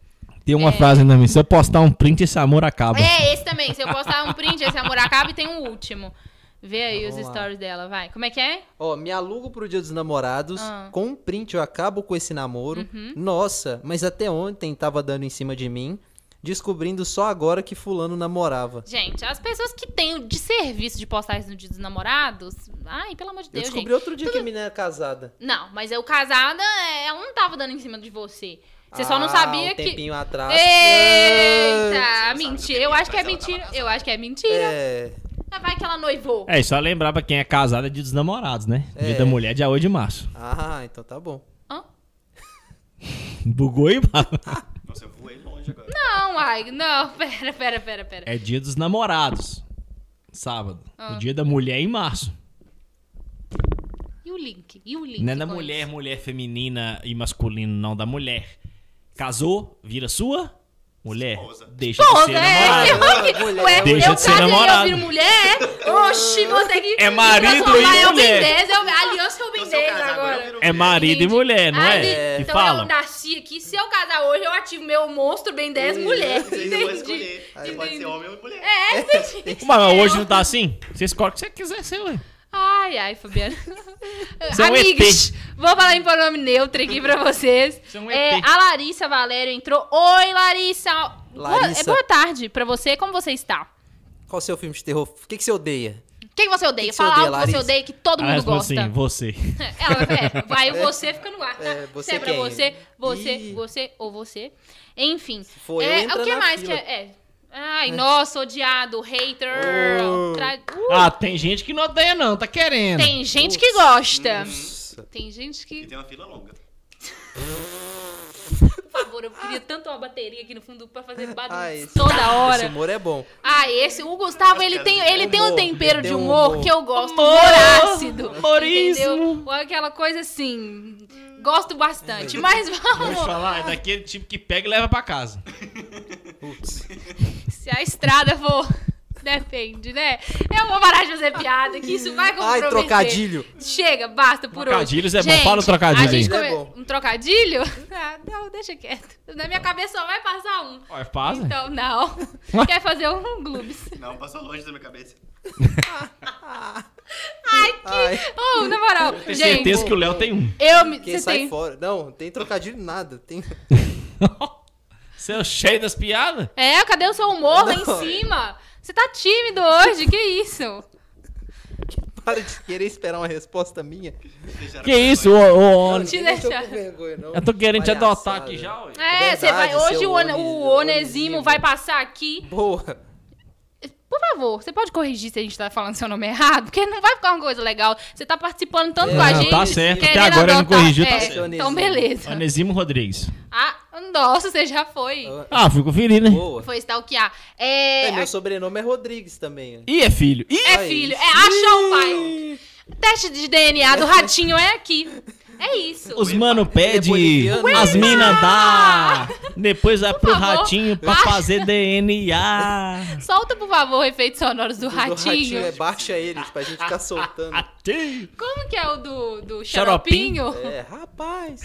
E: Tem uma frase ainda, minha, se eu postar um print, esse amor acaba.
A: É, esse também, se eu postar um print, esse amor acaba e tem um último. Vê aí os
B: Vamos lá.
A: stories dela, vai. Como é que é?
B: Ó, me alugo pro Dia dos Namorados.
A: Ah. Uhum.
B: Com um print eu acabo com esse namoro. Nossa, mas até ontem tava dando em cima de mim. Descobrindo só agora que fulano namorava.
A: Gente, as pessoas que têm o de serviço de postar isso no dia dos namorados, ai, pelo amor de
B: Eu
A: Deus,
B: descobri
A: gente.
B: outro dia que a menina era casada.
A: Não, mas eu casada, é, ela não tava dando em cima de você. Você só não
B: Ah,
A: sabia
B: um
A: que.
B: tempinho atrás.
A: Eita!
C: Você não sabe do
A: Mentira.
C: que
A: Eu
C: é,
A: acho que é
C: mas ela tava
A: mentira.
C: casada.
A: Eu acho que é mentira.
B: É.
A: Mas Vai que ela noivou.
E: É, e só lembrar pra quem é casado é dia dos namorados, né? Dia
B: É.
E: da mulher, dia 8 de março.
B: Ah, então tá bom.
A: Hã?
E: Bugou e
C: Nossa, eu voei longe agora.
A: Ah. Não, ai, não, pera, pera, pera, pera.
E: É dia dos namorados. Sábado.
A: Ah.
E: O dia da mulher é em março.
A: E o link? E o link?
E: Não é da
A: com
E: mulher,
A: isso?
E: mulher feminina e masculino, não, da mulher. Casou, vira sua mulher.
C: Esposa.
E: Deixa de
A: Pô,
E: ser
A: né?
E: namorada.
A: Eu-
B: Ah, mulher,
A: Ué,
E: Deixa
A: eu
E: de ser
A: caso e eu
E: namorado.
A: viro mulher? Oxi, você que.
E: É marido
A: transformar
E: e
A: eu bem
E: mulher.
A: 10, eu- a aliança que é eu
C: Então,
A: bem
C: se eu
A: 10
C: casar agora, eu
A: agora.
C: viro
E: É
C: mulher.
E: marido e
A: Entendi.
E: mulher, não
A: Ai,
E: é?
A: gente,
E: Que
A: Então eu
E: falam.
A: nasci aqui, se eu casar hoje, eu ativo meu monstro bem 10 mulher.
C: Você ainda vai
A: Entendi.
C: escolher. Você pode ser homem ou mulher.
A: É, entendi.
E: Mas hoje
A: né?
E: não tá assim? Você escolhe o que você quiser ser, ué.
A: Ai, ai, Fabiana.
E: Você é um
A: Amigos, vou falar em pronome neutro aqui pra vocês.
E: Você é um
A: É,
E: ET.
A: a Larissa Valério entrou. Oi, Larissa. Boa-
B: Larissa.
A: é boa tarde pra você. Como você está?
B: Qual o seu filme de terror? O que, que você odeia?
A: Quem você odeia?
B: que você
A: Fala
B: odeia,
A: algo que você
B: Larissa?
A: odeia que todo
E: Ela
A: mundo
E: responde
A: gosta.
E: assim, você.
A: Ela vai falar, é, aí você fica no ar, tá?
B: É,
A: você
B: você
A: é pra
B: quem?
A: você, você,
B: Ih.
A: você ou você. Enfim.
B: for eu,
A: é,
B: entra
A: o que
B: na
A: mais que
B: fila.
A: é, é, Ai, nossa, odiado, hater.
B: Oh.
A: tra- Uh,
E: Ah, tem gente que não odeia, não, tá querendo.
A: tem gente que gosta.
B: Nossa.
A: Tem gente
C: E
A: que.
C: tem uma fila longa.
A: Por favor, eu queria tanto uma bateria aqui no fundo pra fazer bagunça
B: Ah, esse-
A: toda
B: Esse
A: hora.
B: humor é bom.
A: Ah, esse. O Gustavo, ele tem, ele tem um
B: Humor,
A: tempero
B: ele
A: de
B: tem um
A: humor,
B: humor.
A: que eu gosto.
E: Humor,
A: Humor ácido.
E: humorismo.
A: Entendeu? Ou aquela coisa assim. Gosto bastante. Mas
E: Vou te
A: vamos.
E: falar, é daquele tipo que pega e leva pra casa.
B: Putz.
A: Se a estrada for. Depende, né? Eu vou parar de fazer piada, que isso vai comprometer.
B: Ai, trocadilho.
A: Chega, basta por
E: Trocadilhos
A: hoje.
E: é bom,
A: Gente,
E: fala o trocadilho
A: a gente
B: aí.
A: come-
B: É bom.
A: Um trocadilho? Ah, não, deixa quieto. Na minha cabeça só vai passar um.
E: Ó, é né? passa.
A: Então, não. Quer fazer um Gloops?
C: Não, passou longe da minha cabeça.
A: Ai, que...
B: Ai,
A: Oh, na moral.
E: Tenho
A: gente,
E: certeza que o Léo tem um.
A: eu me...
B: quem
A: Você
B: sai
A: tem...
B: fora. Não, tem trocadilho nada. Tem...
E: Você é cheio das piadas?
A: É, cadê o seu humor lá em
B: Não.
A: cima? Você tá tímido hoje, que isso?
B: Para de querer esperar uma resposta minha.
C: Deixaram
E: Que
C: a pessoa
E: isso, ô, ô, ô,
B: Não,
A: Te
B: ninguém
A: deixa.
B: tá com vergonha, não.
E: Eu tô querendo te adotar
B: Palhaçada.
E: aqui já, ué.
A: É, você vai...
B: verdade,
A: Hoje
B: seu
A: o, one-
B: Onis-
A: o Onesimo
B: Onesimo.
A: vai passar aqui.
B: Boa.
A: Por favor, você pode corrigir se a gente tá falando seu nome errado? Porque não vai ficar uma coisa legal. Você tá participando tanto
B: É,
A: com a
B: não,
A: gente.
E: tá certo. Até
A: querendo
E: agora ele não
A: adotar-
E: corrigiu, tá
A: é,
B: certo.
A: Então, beleza.
E: Anesimo Rodrigues.
A: Ah, nossa, você já foi.
E: Ah, fui conferir, né?
B: Boa.
A: Foi stalkear. É,
B: É, meu sobrenome é Rodrigues também.
E: Ih, é filho. Ih,
A: é
B: Aí.
A: filho, é achou o pai. Teste de DNA do ratinho é aqui. É isso.
E: os mano pede,
B: boliviano,
E: as
B: né?
E: minas dá. Depois vai pro
A: favor.
E: ratinho pra fazer DNA.
A: Solta, por favor, efeitos sonoros do,
B: Do
A: ratinho.
B: ratinho é, baixa eles pra gente ficar soltando.
E: Ratinho.
A: Como que é o do, do
E: Xaropinho?
A: xaropinho?
B: É, rapaz.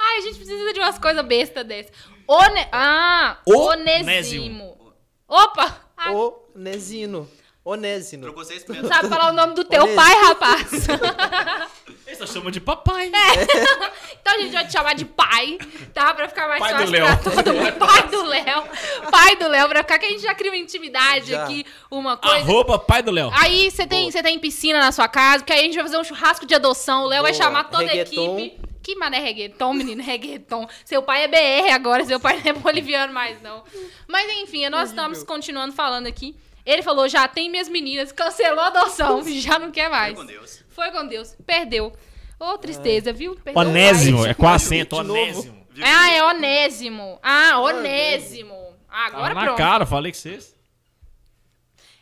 A: Ai, a gente precisa de umas coisas bestas dessas. One... Ah,
E: O-
A: onesimo. Opa! Ai,
B: Onesino. Onésino.
C: Trocou seis metros.
A: Sabe falar o nome do teu
B: Onesimo.
A: pai, rapaz?
E: Eles só chamam de
A: É,
E: papai.
A: Então a gente vai te chamar de pai, tá? Pra ficar mais
E: Pai do
A: fácil
E: Léo.
A: pra todo mundo. Pai do Léo. Pai do Léo, pra ficar que a gente já cria uma intimidade
B: Já.
A: aqui, uma
E: A
A: coisa.
E: roupa, pai do Léo.
A: Aí você tem, você tem piscina na sua casa, porque aí a gente vai fazer um churrasco de adoção. O Léo vai
B: Boa.
A: chamar toda
B: Reggaeton.
A: a equipe. Que mané reggaeton, menino, reggaeton. Seu pai é BR agora, seu pai não é boliviano mais, não. Mas enfim, nós estamos continuando falando aqui. Ele falou, já tem minhas meninas, cancelou a adoção, já não quer mais.
C: Com Deus.
A: Foi com Deus, perdeu. Ô, tristeza, viu? Perdeu
E: Onésimo, é com acento,
B: De novo.
E: onésimo.
C: Viu?
A: ah, é onésimo. Ah, onésimo. Ah, agora
E: Tava na
A: pronto.
E: cara, falei com vocês.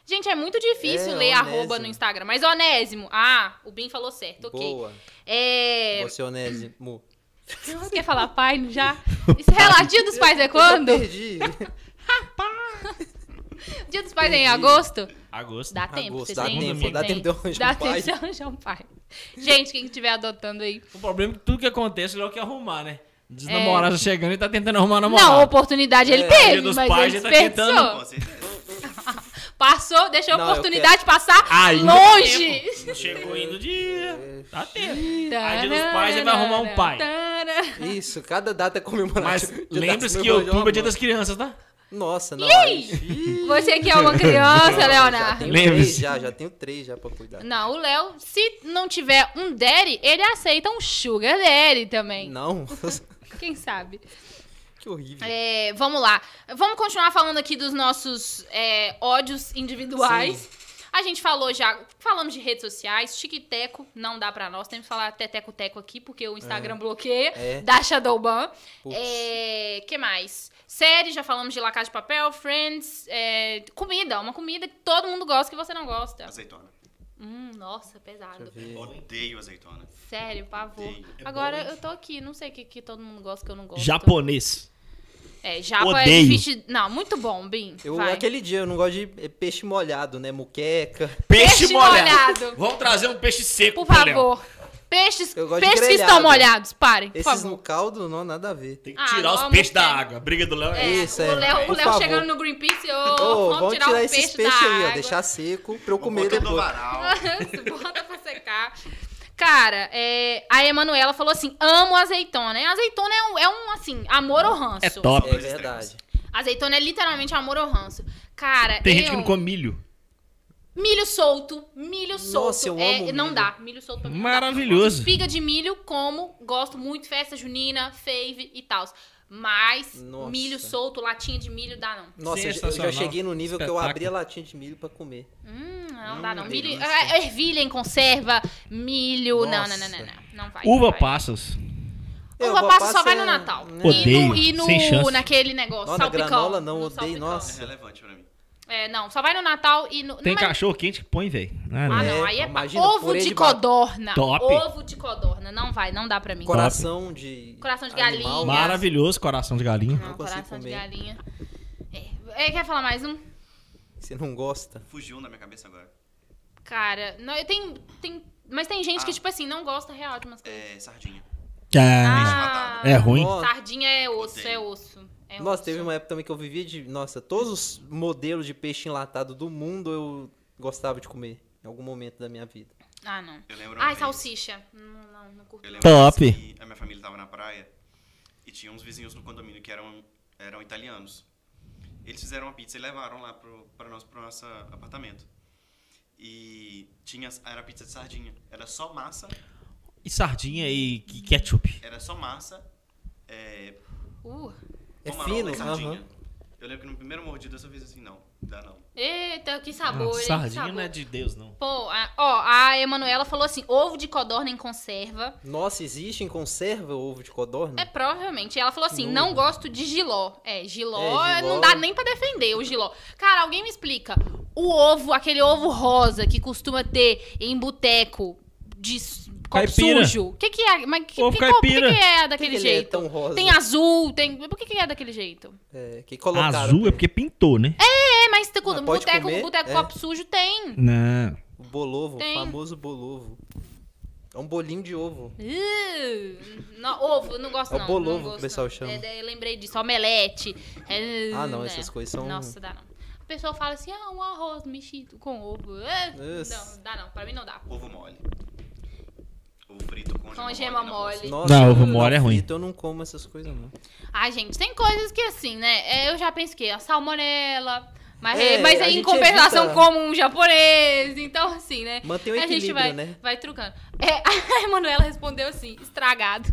A: Gente, é muito difícil
B: É,
A: ler
B: onésimo.
A: arroba no Instagram. Mas onésimo. Ah, o Bim falou certo, ok.
B: Boa.
A: É...
B: Você onésimo.
A: Você quer falar pai já? Isso é Dia dos Pais é quando?
B: Eu perdi.
A: Dia dos Pais é em
B: Entendi.
A: agosto?
E: Agosto.
A: Dá tempo,
B: Agosto,
A: você
B: dá
A: tem,
E: tempo,
A: você
B: dá
A: tem.
B: tempo de arranjar um
A: Dá
B: pai.
A: tempo de arranjar um pai. Gente, quem estiver adotando aí.
E: O problema é que tudo que acontece, o Léo quer arrumar, né? Desnamorado chegando e tá tentando arrumar namorado.
A: É. Não, oportunidade ele
B: É,
E: Dia
A: teve,
E: dos
A: mas
E: Pais
A: ele
E: já tá tentando-
A: desperdiçou.
C: Com certeza.
A: Passou, deixou
B: Não,
A: a
B: eu
A: oportunidade passar
E: Ainda
A: longe.
E: Não Chegou indo dia. Tá tempo.
A: Aí
E: Aí, dia dos pais, ele vai arrumar um pai.
B: Isso, cada data é comemorativa.
E: Mas
B: Dia das
E: lembre-se
B: Mães,
E: que
B: eu vou
E: outubro é
B: arrumar.
E: dia das crianças, tá?
B: Nossa, não.
A: Você que é uma criança,
B: Já
A: Leonardo.
B: tenho três
E: Lembre-se.
B: já, já tenho três já pra cuidar.
A: Não, o Léo, se não tiver um daddy, ele aceita um sugar daddy também.
B: Não,
A: Quem sabe?
B: que horrível.
A: É, vamos lá. Vamos continuar falando aqui dos nossos é, ódios individuais. A gente falou já, falamos de redes sociais, tiquiteco, não dá pra nós, temos que falar teteco-teco aqui, porque o Instagram bloqueia,
B: É.
A: da Shadowban.
B: Putz.
A: É, que mais? Série, já falamos de La Casa de Papel, Friends, é, comida, uma comida que todo mundo gosta que você não gosta.
C: Azeitona.
A: Hum, nossa, pesado.
B: Deixa eu ver.
C: Odeio azeitona.
A: Sério, pavor.
C: Odeio. É
A: Agora
C: bom.
A: eu tô aqui, não sei o que, que todo mundo gosta que eu não gosto.
E: Japonês.
A: É, japa é
E: Odeio.
A: difícil. Não, muito bom, Bim.
B: Eu,
A: vai.
B: aquele dia, eu não gosto de eh, peixe molhado, né? Muqueca.
A: Peixe molhado.
E: Vamos trazer um peixe seco,
A: Por
E: pro Léo.
A: favor. Peixes,
B: Eu gosto de
A: peixes que
B: grelhado.
A: estão molhados, parem, por
B: Esses no
A: favor.
B: caldo, não, nada a ver.
E: Tem
A: Ah,
E: que tirar
A: não,
E: os peixes
A: não
E: da
A: tem.
E: água. A briga do Léo
A: É,
E: é essa.
B: Isso,
A: o
B: é.
A: Léo, o
B: Por
A: Léo
B: favor.
A: chegando no Greenpeace, ô,
B: Ô,
A: vamos,
B: vamos
A: tirar,
B: tirar
A: o
B: esses
A: peixe
B: peixes
A: da
B: aí, ó.
A: água.
B: Deixar seco pra eu
C: Vou
B: comer
C: botar no
B: depois.
C: varal.
A: Bota pra secar. Cara, é, a Emanuela falou assim: amo azeitona. E azeitona é um, é um, assim, amor ou ranço.
E: É top.
B: É verdade.
A: Azeitona é literalmente amor ou ranço. Cara,
E: Tem
A: eu...
E: gente que não come milho.
A: Milho solto, milho solto.
B: eu
A: é,
B: amo
A: Não
B: milho.
A: dá, milho solto pra mim. não dá.
E: Maravilhoso.
A: Espiga de milho, como, gosto muito, festa junina, fave e tal. Mas
B: Nossa.
A: milho solto, latinha de milho, dá não.
B: Nossa, eu já- eu já
F: Sensacional.
B: cheguei no nível que eu abri a
F: Espetáculo.
B: latinha de milho pra comer.
A: Hum, não,
C: Não,
A: dá não.
C: não
A: Milho,
C: tem
A: ah, ervilha em conserva, milho. Não, não, não, não, não. Não vai.
E: Uva
A: não vai.
E: passas.
B: Eu
A: Uva
B: vou
A: passa só
B: passar-
A: vai no Natal.
B: né?
E: Odeio,
A: E no,
E: sem
A: e no
E: chance.
A: naquele negócio,
B: Nossa,
A: salpicão.
B: granola não,
A: No
B: odeio,
A: salpicão.
C: É
B: nossa.
C: relevante pra mim.
A: É, não, só vai no Natal e no.
E: Tem
A: não, mas-
E: cachorro quente que põe, velho. Ah,
A: Ah,
E: não.
A: não,
B: É,
A: aí é pa-
B: imagina,
A: ovo
B: purê
A: de
B: de ba-
A: codorna.
E: Top.
A: Ovo de codorna. Não vai, não dá pra mim.
B: Coração de.
A: Coração de
B: animal.
A: galinha.
E: Maravilhoso coração de galinha.
A: Não,
B: não consigo
A: coração de
B: comer.
A: galinha. É. É, quer falar mais um?
B: né? Você não gosta?
C: Fugiu na minha cabeça agora.
A: Cara, não, eu tenho, tem, mas tem gente que,
C: Ah.
A: tipo assim, não gosta real de umas coisas.
C: É, sardinha.
A: Ah,
E: é ruim.
B: Nossa.
A: Sardinha é osso,
C: Odeio.
A: é osso. É
B: Nossa,
A: osso.
B: teve uma época também que eu vivia de. Nossa, todos os modelos de peixe enlatado do mundo eu gostava de comer em algum momento da minha vida.
A: Ah, não.
C: Eu lembro uma
A: Ai,
C: vez-
A: salsicha. Não, não, não curto.
C: Eu lembro uma
E: Top.
C: vez que a minha família tava na praia e tinha uns vizinhos no condomínio que eram, eram italianos. Eles fizeram uma pizza e levaram lá pro, pra nós, pro nosso apartamento. E tinha, era pizza de sardinha. Era só massa,
E: E sardinha e que- ketchup.
C: era só massa, é,
A: Uh.
B: É
C: pomarola
B: fino,
C: e sardinha.
B: aham.
C: Eu lembro que no primeiro mordido eu só fiz assim, não, dá não.
A: Eita, que sabor, hein? que
E: sardinha
A: sabor.
E: não é de Deus, não.
A: Pô, a- ó, a Emanuela falou assim, ovo de codorna em conserva.
B: Nossa, existe em conserva o ovo de codorna?
A: É, provavelmente. Ela falou assim:
B: Nojo.
A: não gosto de giló. É, giló,
B: É,
A: não
B: giló.
A: dá nem pra defender o giló. Cara, alguém me explica. O ovo, aquele ovo rosa que costuma ter em boteco de s- copo
E: Caipira.
A: sujo. O que, que é? Mas que,
E: Ovo
A: que- por que
E: caipira.
A: que é
B: Por que
A: daquele
B: que ele é
A: jeito?
B: tão rosa?
A: Tem azul, tem. Por que, que é daquele jeito?
B: É, que colocaram.
E: Azul é porque pintou, né?
A: É, mas te-
B: Mas pode
A: boteco,
B: comer,
A: boteco
B: é.
A: copo sujo tem.
E: Não.
B: O bolovo,
A: Tem.
B: o famoso bolovo. É um bolinho de ovo.
A: Uh, não, ovo, eu não gosto
B: É o
A: não.
B: bolovo
A: não
B: que o
A: gosto,
B: pessoal
A: não.
B: chama.
A: É, daí eu lembrei disso, omelete. É,
B: Ah, não,
A: né.
B: essas coisas são-
A: Nossa, dá não. A pessoa fala assim, ah, um arroz mexido com ovo. É,
B: Nossa.
A: não, dá não, pra mim não dá.
C: Ovo mole. Ovo frito com,
A: Com gema mole.
B: Nossa,
E: Não, ovo
B: eu
E: mole é ruim.
B: frito, Eu não como essas coisas, não.
A: Ai, gente, tem coisas que assim, né? é, Eu já penso que a salmonela... Mas,
B: É,
A: mas
B: a
A: aí, em
B: gente
A: compensação,
B: evita-
A: como um japonês. Então, assim, né?
B: Mantém o
A: a gente
B: equilíbrio,
A: vai,
B: né?
A: vai trucando. É, a Emanuela respondeu assim, estragado.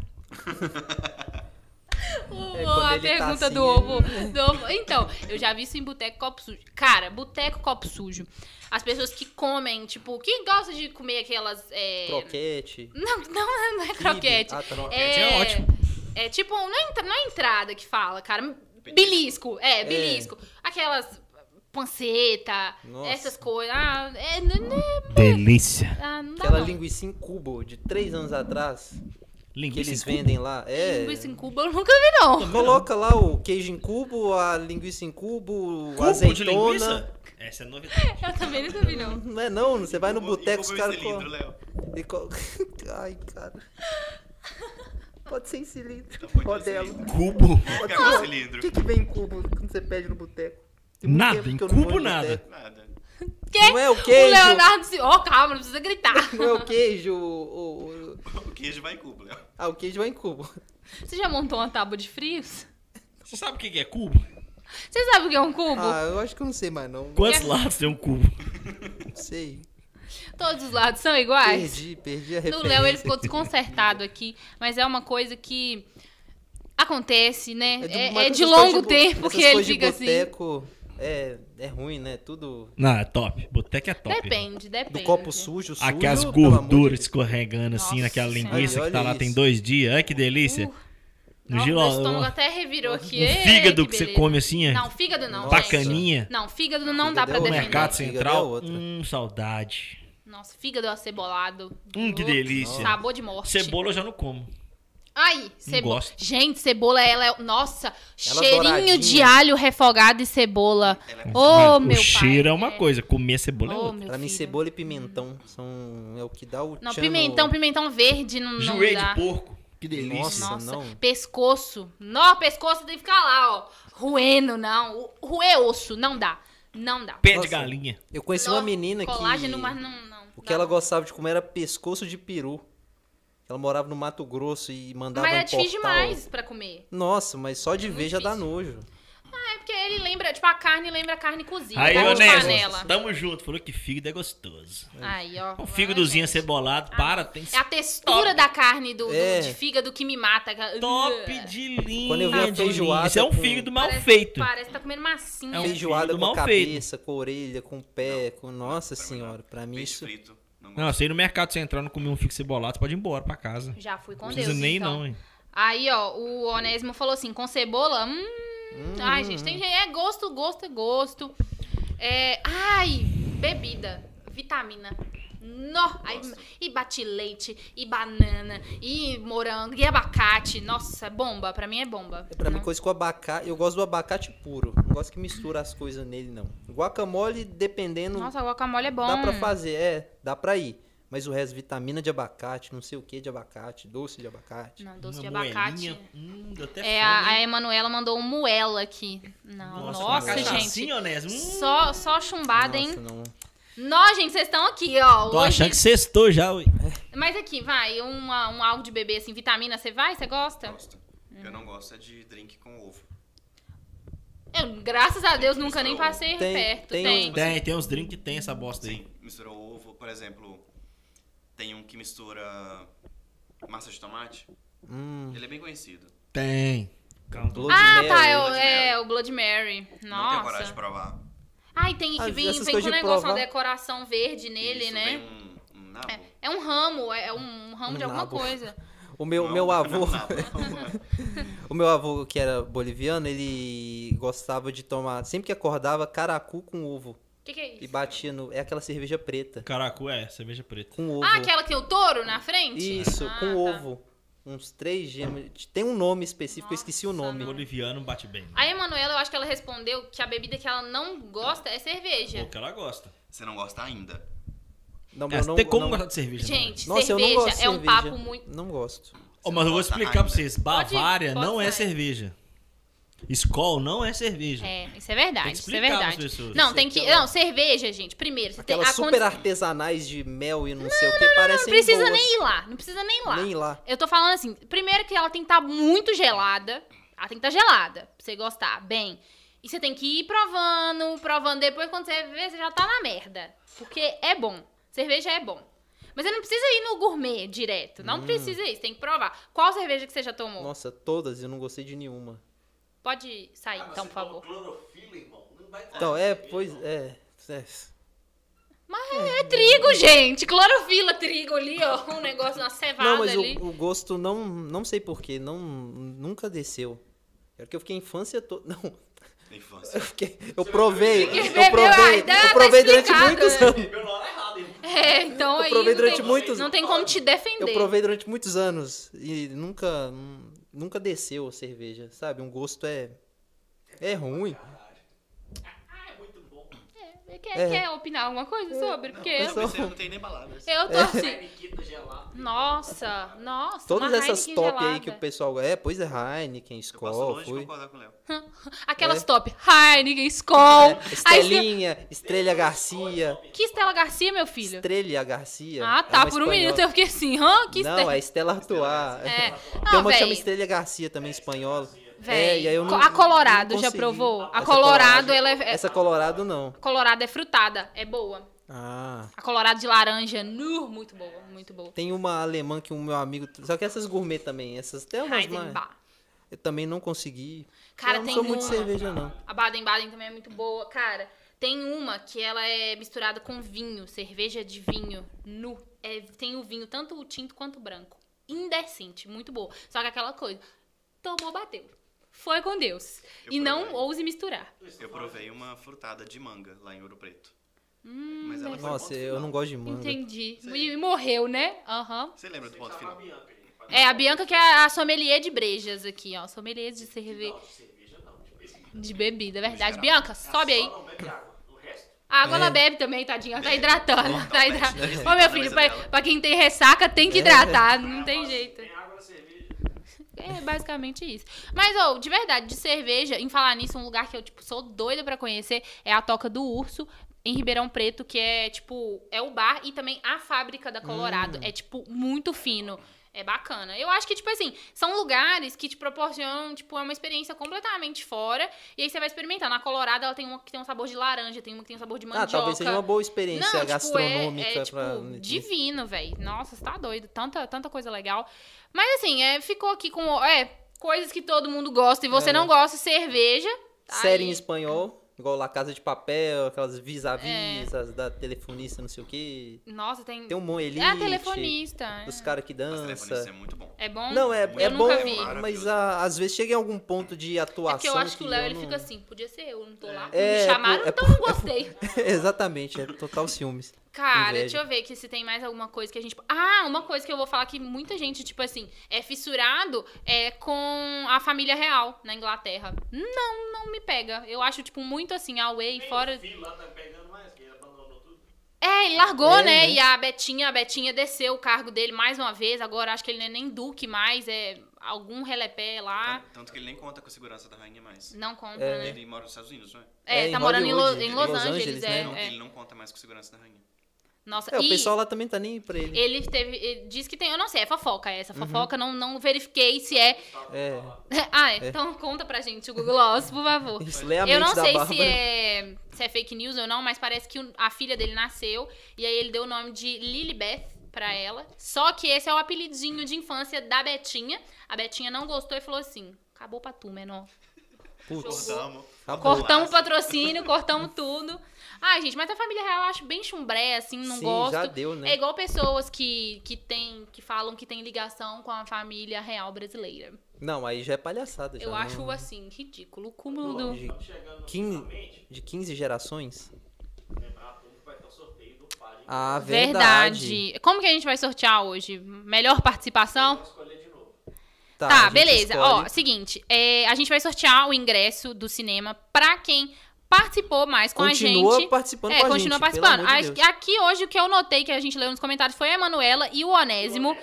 A: O-
B: É, quando
A: a
B: ele tá
A: pergunta
B: assim,
A: do,
B: ele-
A: ovo, do ovo. Então, eu já vi isso em boteco copo sujo. Cara, boteco copo sujo. As pessoas que comem, tipo, quem gosta de comer aquelas. é,
B: Croquete.
A: Não, não, não é croquete.
B: Ah, tá.
A: É,
E: é ótimo.
A: É tipo, não é, entra- não é entrada que fala, cara. Belisco, é, belisco. Aquelas panceta,
B: Nossa.
A: essas coisas. Ah, é, n- n-
E: Delícia.
A: ah, não dá
B: Aquela
A: não.
B: linguiça em cubo de três anos atrás, que
E: Linguiça
B: eles
E: em cubo.
B: vendem lá. É.
A: Linguiça um assim em Cuba eu nunca vi, não.
B: Coloca lá o queijo em cubo, a linguiça em cubo,
E: Cubo
B: a azeitona.
E: de linguiça? Essa é novidade.
A: Eu também nunca vi, não.
B: Não é não, você vai no boteco, os caras
C: cilindro,
B: colocam.
C: Léo.
B: Ai, cara. Pode ser em cilindro.
C: Então, pode ser
B: Modelo.
C: cilindro.
E: Cubo?
C: Fica
B: Pode
C: com
B: ser-
C: cilindro.
B: O que, que vem em cubo quando você pede no boteco? Tem muito
E: Nada,
B: tempo
E: em
B: que eu não vou
E: cubo
B: em
E: nada.
B: boteco.
C: Nada.
A: Quê?
B: Não é o
A: O
B: queijo.
A: Leonardo se. Ó, calma, não precisa gritar.
B: Não é o queijo. o- o-
C: O queijo vai em cubo, Léo.
B: Ah, o queijo vai em cubo.
A: Você já montou uma tábua de frios?
E: Você sabe o que que é cubo?
A: Você sabe o que é um cubo?
B: Ah, eu acho que eu não sei mais não.
E: Quantos lados tem um cubo?
B: Não sei.
A: Todos os lados são iguais?
B: Perdi, perdi a
A: No
B: referência.
A: Léo ele ficou desconcertado aqui, mas é uma coisa que acontece, né?
B: do-
A: É,
B: mas
A: é de
B: essas coisas
A: longo
B: bo-
A: tempo
B: essas
A: que ele
B: coisas de
A: fica assim.
B: boteco É, é ruim, né? Tudo
E: Não, é top. Boteca é top.
A: Depende, depende.
B: do copo sujo, sujo.
E: Aqui as
B: pelo amor de
E: gorduras escorregando assim
A: Nossa
E: naquela linguiça
B: Senhora.
E: que tá lá
B: Olha
E: tem
B: isso.
E: dois dias. Ai, que delícia.
A: Uh,
E: No
A: nossa,
E: giló-
A: meu estômago
E: uma-
A: até revirou aqui.
E: um
A: Ei,
E: fígado que, você
A: beleza.
E: come assim,
A: Não, fígado não,
B: Nossa.
A: gente.
E: bacaninha. um
A: Não, fígado não dá
B: Fígado
A: pra
B: é o
A: defender.
E: Mercado
B: Fígado é
E: Central.
B: outra.
E: Hum, saudade.
A: Nossa, fígado é um acebolado.
E: Hum, que
A: Uh,
E: delícia.
A: Sabor de morte.
E: Cebola eu já não como.
A: Ai, cebola.
E: gosto.
A: Gente, cebola, ela é. Nossa,
B: Ela
A: cheirinho de
B: douradinha.
A: alho refogado e cebola.
C: Ela é
A: Ô,
E: Mas
A: meu
E: o cheiro
A: pai.
E: é uma coisa, comer cebola é
A: Ô,
E: outra.
A: meu
B: Pra mim,
A: filho.
B: cebola e pimentão são. É o que dá o
A: Não,
B: tchan no-
A: pimentão, pimentão verde não, não
E: Joelho
A: dá.
E: de porco. Que delícia.
B: Nossa,
A: Nossa,
B: não.
A: pescoço. Não, pescoço tem que ficar lá, ó. Ruendo, não. O- Ruê osso, não dá. Não dá.
E: Pé de
B: Nossa.
E: galinha.
B: Eu conheci
A: Nossa,
B: uma menina que.
A: Colágeno, mas não. não
B: O que
A: dá.
B: ela gostava de comer era pescoço de peru. Ela morava no Mato Grosso e mandava
A: Mas é
B: importar.
A: difícil demais pra comer.
B: Nossa, mas só de ver já dá nojo.
A: É porque ele lembra, tipo, a carne lembra a carne cozida.
E: Aí,
A: carne
E: ô tá-
A: de
E: Nelson,
A: tá panela.
E: tamo junto. Falou que fígado é gostoso.
A: Aí, ó. é
E: Um
A: vai,
E: fígadozinho
A: gente.
E: cebolado, para, tem
A: É a textura da carne do, do-
B: É.
A: de fígado que me mata.
E: top de linha.
B: Quando eu vi a
E: de linha.
B: feijoada tipo,
E: Isso é um
B: com-
E: fígado mal
A: Parece-
E: feito.
A: Parece que tá comendo massinha.
E: É um
B: Feijoada
E: filho
B: com
E: mal
B: cabeça, com orelha, com pé, com. Nossa senhora, pra mim
C: Peixe
B: isso.
C: frito. Não
E: Não,
C: gosto.
E: você ir no mercado central não comer um fígado cebolado, você pode ir embora pra casa.
A: Já fui com
E: não
A: Deus.
E: precisa nem
A: então.
E: não, hein.
A: Aí, ó, o Onésimo falou assim: com cebola, hum.
B: Hum,
A: Ai, gente, tem gente. É gosto, gosto, é gosto. É, ai, bebida, vitamina. No, ai,
C: Gosto.
A: e bate leite, e banana, e morango, e abacate. Nossa, bomba. Pra mim é bomba.
B: É pra mim,
A: Não.
B: coisa com abacate. Eu gosto do abacate puro. Não gosto que mistura as coisas nele, não. Guacamole, dependendo.
A: Nossa, guacamole é bom.
B: Dá pra fazer, é, dá pra ir. Mas o resto, vitamina de abacate, não sei o que de abacate, doce de abacate.
A: Não, Um doce
E: Uma
A: de abacate.
E: moelinha, Hum, deu até
A: É,
E: fome,
A: a, a
E: hein?
A: Emanuela mandou um moela aqui. Não,
E: Nossa,
A: nossa,
E: com uma cachaçinha,
A: gente.
E: Onésimo. Hum.
A: Só, só chumbada,
B: Nossa,
A: hein?
B: não.
A: Nó, gente, vocês estão aqui, ó.
E: Tô
A: Hoje-
E: achando que sextou já, ui.
A: Mas aqui, vai, um, um algo de bebê, assim, vitamina, você vai? Você gosta?
C: Gosto.
A: Tá.
C: Eu não gosto é de drink com ovo.
A: Eu, graças a Deus,
C: Tem
A: nunca nem
C: misturou.
A: passei
B: Tem-
A: perto.
B: tem- um
A: Tem.
E: Tem, tem uns drinks que tem essa bosta aí.
C: Sim, misturou ovo, por exemplo, tem um que mistura massa de tomate.
B: Hum,
C: Ele é bem conhecido.
E: Tem.
B: Blood
A: Ah,
B: Mary.
A: tá, eu,
C: Blood
A: é,
C: Mary.
A: o Blood Mary.
C: Não tenho coragem
A: Nossa.
C: de provar.
A: Ai, tem que
B: Às
A: vir,
B: vezes
A: vem com um
B: essas coisas de
A: negócio, uma
B: provar.
A: decoração verde nele,
C: Isso,
A: né?
C: Tem um, um nabo.
A: É um ramo, é é um ramo
B: Um
A: de alguma
B: nabo.
A: coisa.
B: O meu,
C: Não,
B: meu
C: não,
B: avô.
C: nabo, não.
B: O meu avô, que era boliviano, ele gostava de tomar. Sempre que acordava, caracu com ovo.
A: O que, que é isso?
B: E batia no. É aquela cerveja preta.
E: Caracu é, cerveja preta.
B: Com ovo.
A: Ah, aquela que tem o touro na frente?
B: Isso,
A: Ah,
B: com
A: tá.
B: ovo. Uns três gemas. Tem um nome específico, eu esqueci o
A: Nossa,
B: nome.
A: não.
E: Boliviano bate bem.
A: A Emanuela, eu acho que ela respondeu que a bebida que ela não gosta é cerveja.
E: Pô, que ela gosta.
C: Você não gosta ainda.
B: Não,
E: É,
B: eu
E: você
B: não-
E: tem como
B: não-
E: gostar de cerveja. né? mano?
A: Gente,
B: Nossa, eu não
A: cerveja é
B: gosto de
A: um
B: cerveja.
A: papo muito.
B: Não gosto.
E: Ó, mas eu vou
C: Nossa,
E: explicar
C: ainda.
E: pra vocês. Bavária
A: pode
E: não é
A: sair.
E: cerveja. Skol não é cerveja.
A: É, isso é verdade,
E: Tem que
A: isso é
E: explicar pras
A: verdade.
E: pessoas.
A: Não, tem que. Não, cerveja, gente, primeiro. Você tem,
B: Aquelas
A: a
B: super
A: condi-
B: artesanais de mel e não, sei o que parecem
A: Não precisa
B: boas.
A: nem ir lá, não precisa nem ir lá.
B: Nem lá.
A: Eu tô falando assim, primeiro que ela tem que estar muito gelada. Ela tem que estar gelada, pra você gostar. Bem, e você tem que ir provando, provando. Depois, quando você vê, você já tá na merda. Porque é bom. Cerveja é bom. Mas você não precisa ir no gourmet direto.
B: Hum.
A: Não precisa ir, você tem que provar. Qual cerveja que você já tomou?
B: Nossa, todas, eu não gostei de nenhuma.
A: Pode sair, então, por favor.
D: Clorofila, irmão. Não vai
B: Então, é, pois, é. é.
A: É
B: Hum.
A: trigo, gente. Clorofila, trigo ali, ó. Um negócio, uma cevada
B: Não, mas o,
A: ali.
B: o gosto não, não sei porquê, não, nunca desceu. É que eu fiquei a infância toda. Não,
C: Na infância.
B: eu fiquei. Eu provei.
A: Quem
B: Eu
A: bebeu,
B: provei,
A: ai, dá-
B: eu provei
A: tá
B: durante
A: explicado,
B: muitos
A: né?
B: anos.
D: Bebeu na hora errada, irmão.
A: É, então
B: Eu
A: aí
B: provei
A: não tem,
B: durante muitos-
A: não tem como te defender.
B: Eu provei durante muitos anos. E nunca. hum, Nunca desceu a cerveja, sabe? Um gosto é. É ruim.
D: Ah, é muito bom.
A: É, Quer,
B: É.
A: quer opinar alguma coisa sobre? Porque
C: Eu
A: eu,
B: só-
C: pensei, eu não tenho nem palavras.
A: eu
B: É.
A: tô assim.
D: Carniquita gelada.
A: Nossa, nossa.
B: Todas
A: uma
B: essas
A: Heineken
B: top
A: gelada.
B: aí que o pessoal. É, pois é, Heineken,
C: Eu passo
B: Skol,
C: longe de
B: foi.
C: concordar com o Léo.
A: Aquelas
B: É.
A: top. Heineken, Skol.
B: É,
A: Aí você-
B: Estelinha, Estrela Garcia.
A: Que Estela Garcia, meu filho?
B: Estrela Garcia.
A: Ah,
B: é
A: tá.
B: uma
A: Por um
B: espanhola.
A: minuto eu fiquei assim, hã? Que
B: Não,
A: Estela.
B: é Estela Artois.
A: É.
B: Tem
A: Ah,
B: uma que chama
A: véi.
B: Estrela É Garcia também, espanhola.
A: Véi.
B: É, e aí eu não-
A: a Colorado,
B: não
A: já
B: consegui.
A: provou? A
B: Essa
A: Colorado,
B: Colorado-
A: ela é... é-
B: Essa Colorado não.
A: Colorado é frutada, é boa.
B: Ah.
A: A Colorado de laranja, nu, muito boa, muito boa.
B: Tem uma alemã que o meu amigo. Só que essas gourmet também. Essas tem umas mais.
A: Heisenbach.
B: Eu também não consegui.
A: Cara,
B: eu não
A: tem
B: sou muito
A: uma.
B: cerveja, não.
A: A Baden-Baden também é muito boa. Cara, tem uma que ela é misturada com vinho, cerveja de vinho, nu. É, tem o vinho, tanto o tinto quanto o branco. Indecente, muito boa. Só que aquela coisa, tomou, bateu. Foi com Deus.
C: Eu
A: e não
C: provei.
A: ouse misturar.
C: Eu provei uma frutada de manga lá em Ouro Preto.
A: Hum,
C: Mas ela foi
B: Nossa,
C: ponto
B: eu
C: final.
B: não gosto de manga.
A: entendi. E, e morreu, né? Aham.
C: Você lembra do ponto
D: Chama a
C: final?
D: Bianca, irmão.
A: É, a Bianca que é a sommelier de brejas aqui, ó. Sommelier de cerveja.
D: Não, de cerveja não. de bebida. É
A: De bebida, é verdade.
C: Geral.
A: Bianca, sobe aí.
D: Só não bebe água. O resto...
A: A água
B: É.
A: ela bebe também, tadinha. Ela tá
C: Bebe.
A: hidratando.
C: Não,
A: tá
C: bebe,
A: hidra...
C: deve
A: Ô,
C: hidratar
A: meu
C: na
A: filho,
C: mesa
A: pra,
C: dela.
A: pra quem tem ressaca, tem que
B: É.
A: hidratar. Não tem
D: Nossa,
A: jeito.
D: tá Tem água na cerveja.
A: É basicamente isso. Mas, ô, de verdade, de cerveja, em falar nisso, um lugar que eu, tipo, sou doida pra conhecer é a Toca do Urso, em Ribeirão Preto,
B: Hum.
A: que é, tipo, é o bar e também a fábrica da Colorado. É, tipo, muito fino. É bacana. Eu acho que, tipo assim, são lugares que te proporcionam, tipo, é uma experiência completamente fora. E aí você vai experimentar. Na Colorado, ela tem uma que tem um sabor de laranja, tem uma que tem um sabor de
B: Ah,
A: mandioca.
B: talvez seja uma boa experiência
A: Não, tipo, é-
B: gastronômica
A: é, tipo,
B: pra.
A: divino, velho. Nossa, você tá doido. Tanta, tanta coisa legal. Mas assim, é, ficou aqui com é, coisas que todo mundo gosta e você
B: É.
A: não gosta, cerveja.
B: Série em
A: Tá Aí-
B: espanhol, igual La Casa de Papel, aquelas vis-a-vis, as da telefonista, não sei o quê.
A: Nossa, tem.
B: Tem um Mon Elite.
A: É. é a telefonista.
B: Dos caras que
C: Mas telefonista é
B: dança.
C: muito bom.
A: É bom?
B: Não, é,
C: Eu
B: é bom,
A: nunca vi.
B: mas a- às vezes chega em algum ponto de
A: É
B: atuação.
A: porque eu acho que o Léo
B: eu
A: ele
B: não-
A: fica assim, podia ser eu, não tô lá.
B: É,
A: Me chamaram,
B: é
A: então
B: por-
A: não gostei.
B: Exatamente, é total ciúmes.
A: Cara,
B: Inveja.
A: deixa eu ver aqui se tem mais alguma coisa que a gente. Ah, uma coisa que eu vou falar que muita gente, tipo assim, é fissurado é com a família real na Inglaterra. Não, não me pega. Eu acho, tipo, muito assim, away, fora.
D: Vi lá, tá pegando mais, que ele abandonou tudo.
A: É, ele largou,
B: É,
A: né?
B: né?
A: E a Betinha, a Betinha desceu o cargo dele mais uma vez. Agora acho que ele não é nem Duque mais, é algum relepé lá.
C: Tanto- Tanto que ele nem conta com a segurança da rainha mais.
A: Não compra, né?
C: Ele mora nos Estados Unidos, não é?
A: É,
B: É, em
A: tá morando em,
B: Hollywood,
A: Lo- em Los, Angeles, é.
B: né?
C: Não,
A: é.
C: Ele não conta mais com a segurança da rainha.
A: Nossa,
B: É, o
A: e-
B: pessoal lá Uhum. também tá nem aí pra ele.
A: Ele teve. Ele diz que tem. Eu não sei, é fofoca essa. Fofoca, não, não verifiquei se é.
B: É,
A: ah, é. então conta pra gente, Google Gloss, por favor.
B: isso lê a mente
A: Eu não
B: da
A: sei
B: Bárbara.
A: se é, se é fake news ou não, mas parece que o- a filha dele nasceu e aí ele deu o nome de Lilibeth pra ela. Só que esse é o apelidinho de infância da Betinha. A Betinha não gostou e falou assim: acabou pra tu, menor.
B: Putz,
C: Acordamos.
B: acabou. assim."
A: Cortamos o patrocínio, cortamos tudo. Ai, gente, mas a família real eu acho bem chumbré, assim, não
B: Sim,
A: gosto.
B: já deu, né?
A: É igual pessoas que, que, tem, que falam que tem ligação com a família real brasileira.
B: Não, aí já é palhaçada. já
A: Eu
B: não-
A: acho, assim, ridículo. O cúmulo do...
B: De
D: Estamos chegando
B: 15, de 15 gerações?
D: lembrar a turma que vai ter o sorteio do Pagem.
B: Ah, verdade.
A: Verdade. Como que a gente vai sortear hoje? Melhor participação?
D: Vamos escolher de novo.
A: Tá,
B: a gente
A: beleza. Ó,
B: escolhe.
A: seguinte, é, a gente vai sortear o ingresso do cinema pra quem participou mais com
B: continua
A: a gente.
B: participando
A: É,
B: com a
A: continua
B: gente, pelo
A: participando.
B: amor de
A: Acho
B: Deus.
A: que aqui hoje o que eu notei que a gente leu nos comentários foi a Emanuela e o Onésimo